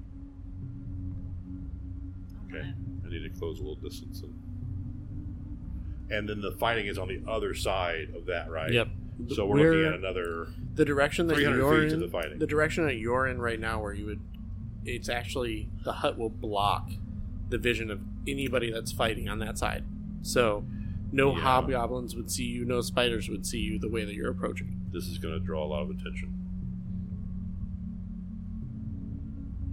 Okay, I need to close a little distance, and, and then the fighting is on the other side of that, right? Yep. So we're, looking at another the direction that 300 you're feet to in. the fighting. the direction that you're in right now, where you would, it's actually the hut will block the vision of anybody that's fighting on that side. So, no Yeah. hobgoblins would see you, no spiders would see you the way that you're approaching. this is going to draw a lot of attention.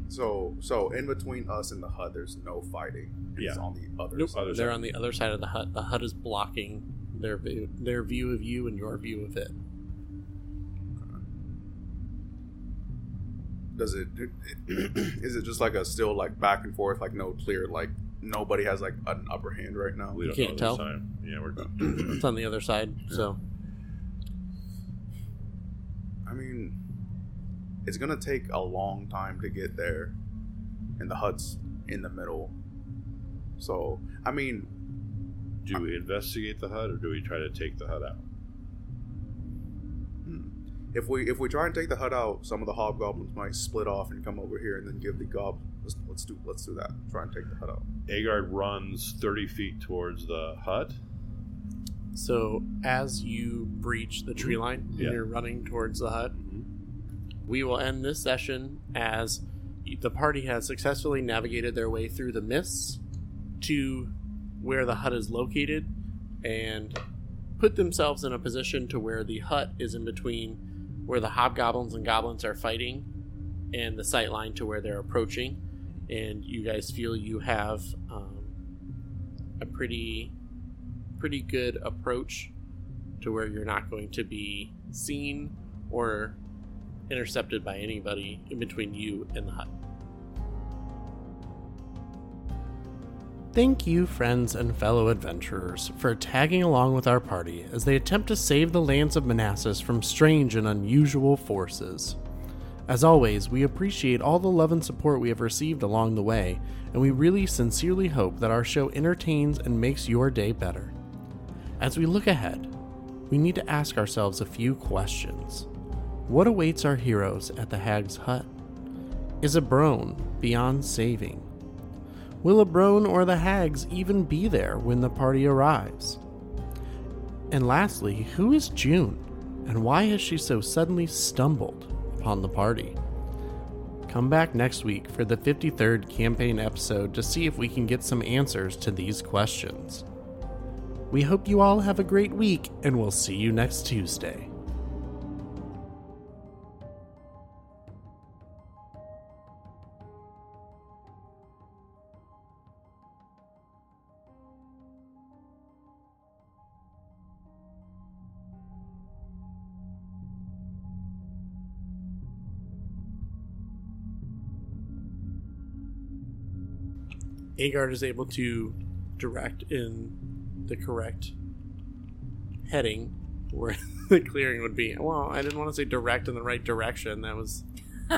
So, so in between us and the hut, there's no fighting. It's Yeah. on the other Nope. side. Other They're side. on the other side of the hut. The hut is blocking their vi- their view of you and your view of it. Does it? Is it just like a still like back and forth, like no clear, like nobody has like an upper hand right now? We don't can't know tell. this time. Yeah, we're it's on the other side. So I mean, it's gonna take a long time to get there, and the hut's in the middle. So, I mean, do we investigate the hut or do we try to take the hut out? hmm, if we if we try and take the hut out, some of the hobgoblins might split off and come over here, and then give the gob. Let's, let's do let's do that. Try and take the hut out. Agard runs 30 feet towards the hut. so as you breach the tree line Yeah. and you're running towards the hut, we will end this session as the party has successfully navigated their way through the mists to where the hut is located and put themselves in a position to where the hut is in between where the hobgoblins and goblins are fighting and the sight line to where they're approaching and you guys feel you have um, a pretty pretty good approach to where you're not going to be seen or intercepted by anybody in between you and the hut. Thank you, friends and fellow adventurers, for tagging along with our party as they attempt to save the lands of Manassas from strange and unusual forces. As always, we appreciate all the love and support we have received along the way, and we really sincerely hope that our show entertains and makes your day better. As we look ahead, we need to ask ourselves a few questions. What awaits our heroes at the Hag's Hut? Is a Brone beyond saving? Will a Brone or the Hags even be there when the party arrives? And lastly, who is June, and why has she so suddenly stumbled upon the party? Come back next week for the 53rd campaign episode to see if we can get some answers to these questions. We hope you all have a great week, and we'll see you next Tuesday. Agard is able to direct in the correct heading where the clearing would be. Well, I didn't want to say direct in the right direction. That was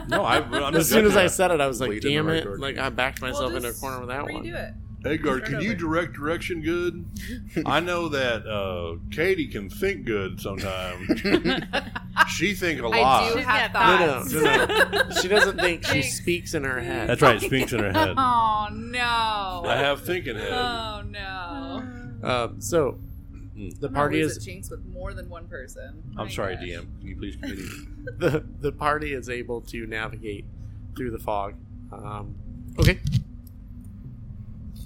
No, I, I'm as soon as I I said it, I was like, Lead in the "Damn right it!" direction. Like I backed myself We'll into a just corner with that one. Redo it. Edgar, can you Start direct direction good? I know that uh, Katie can think good sometimes. she think a I do lot. have No, thoughts. no, no, no. She doesn't think she speaks in her head. That's right. Speaks in her head. Oh no! I have thinking head. Oh no! Um, so Hmm. Mm. the party Always is a jinx with more than one person. I'm My sorry, gosh. DM. Can you please continue? the the party is able to navigate through the fog. Um, okay,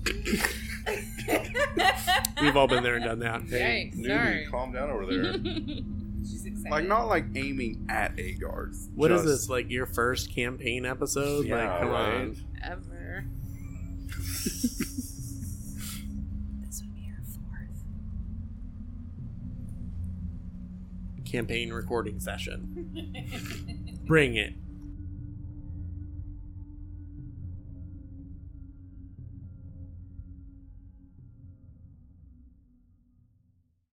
we've all been there and done that. Hey, newbie, sorry. calm down over there. She's excited. Like not like aiming at a guard. What is Just- this like your first campaign episode? like, Yeah, come right. on. Ever. This would be your fourth. Campaign recording session. Bring it.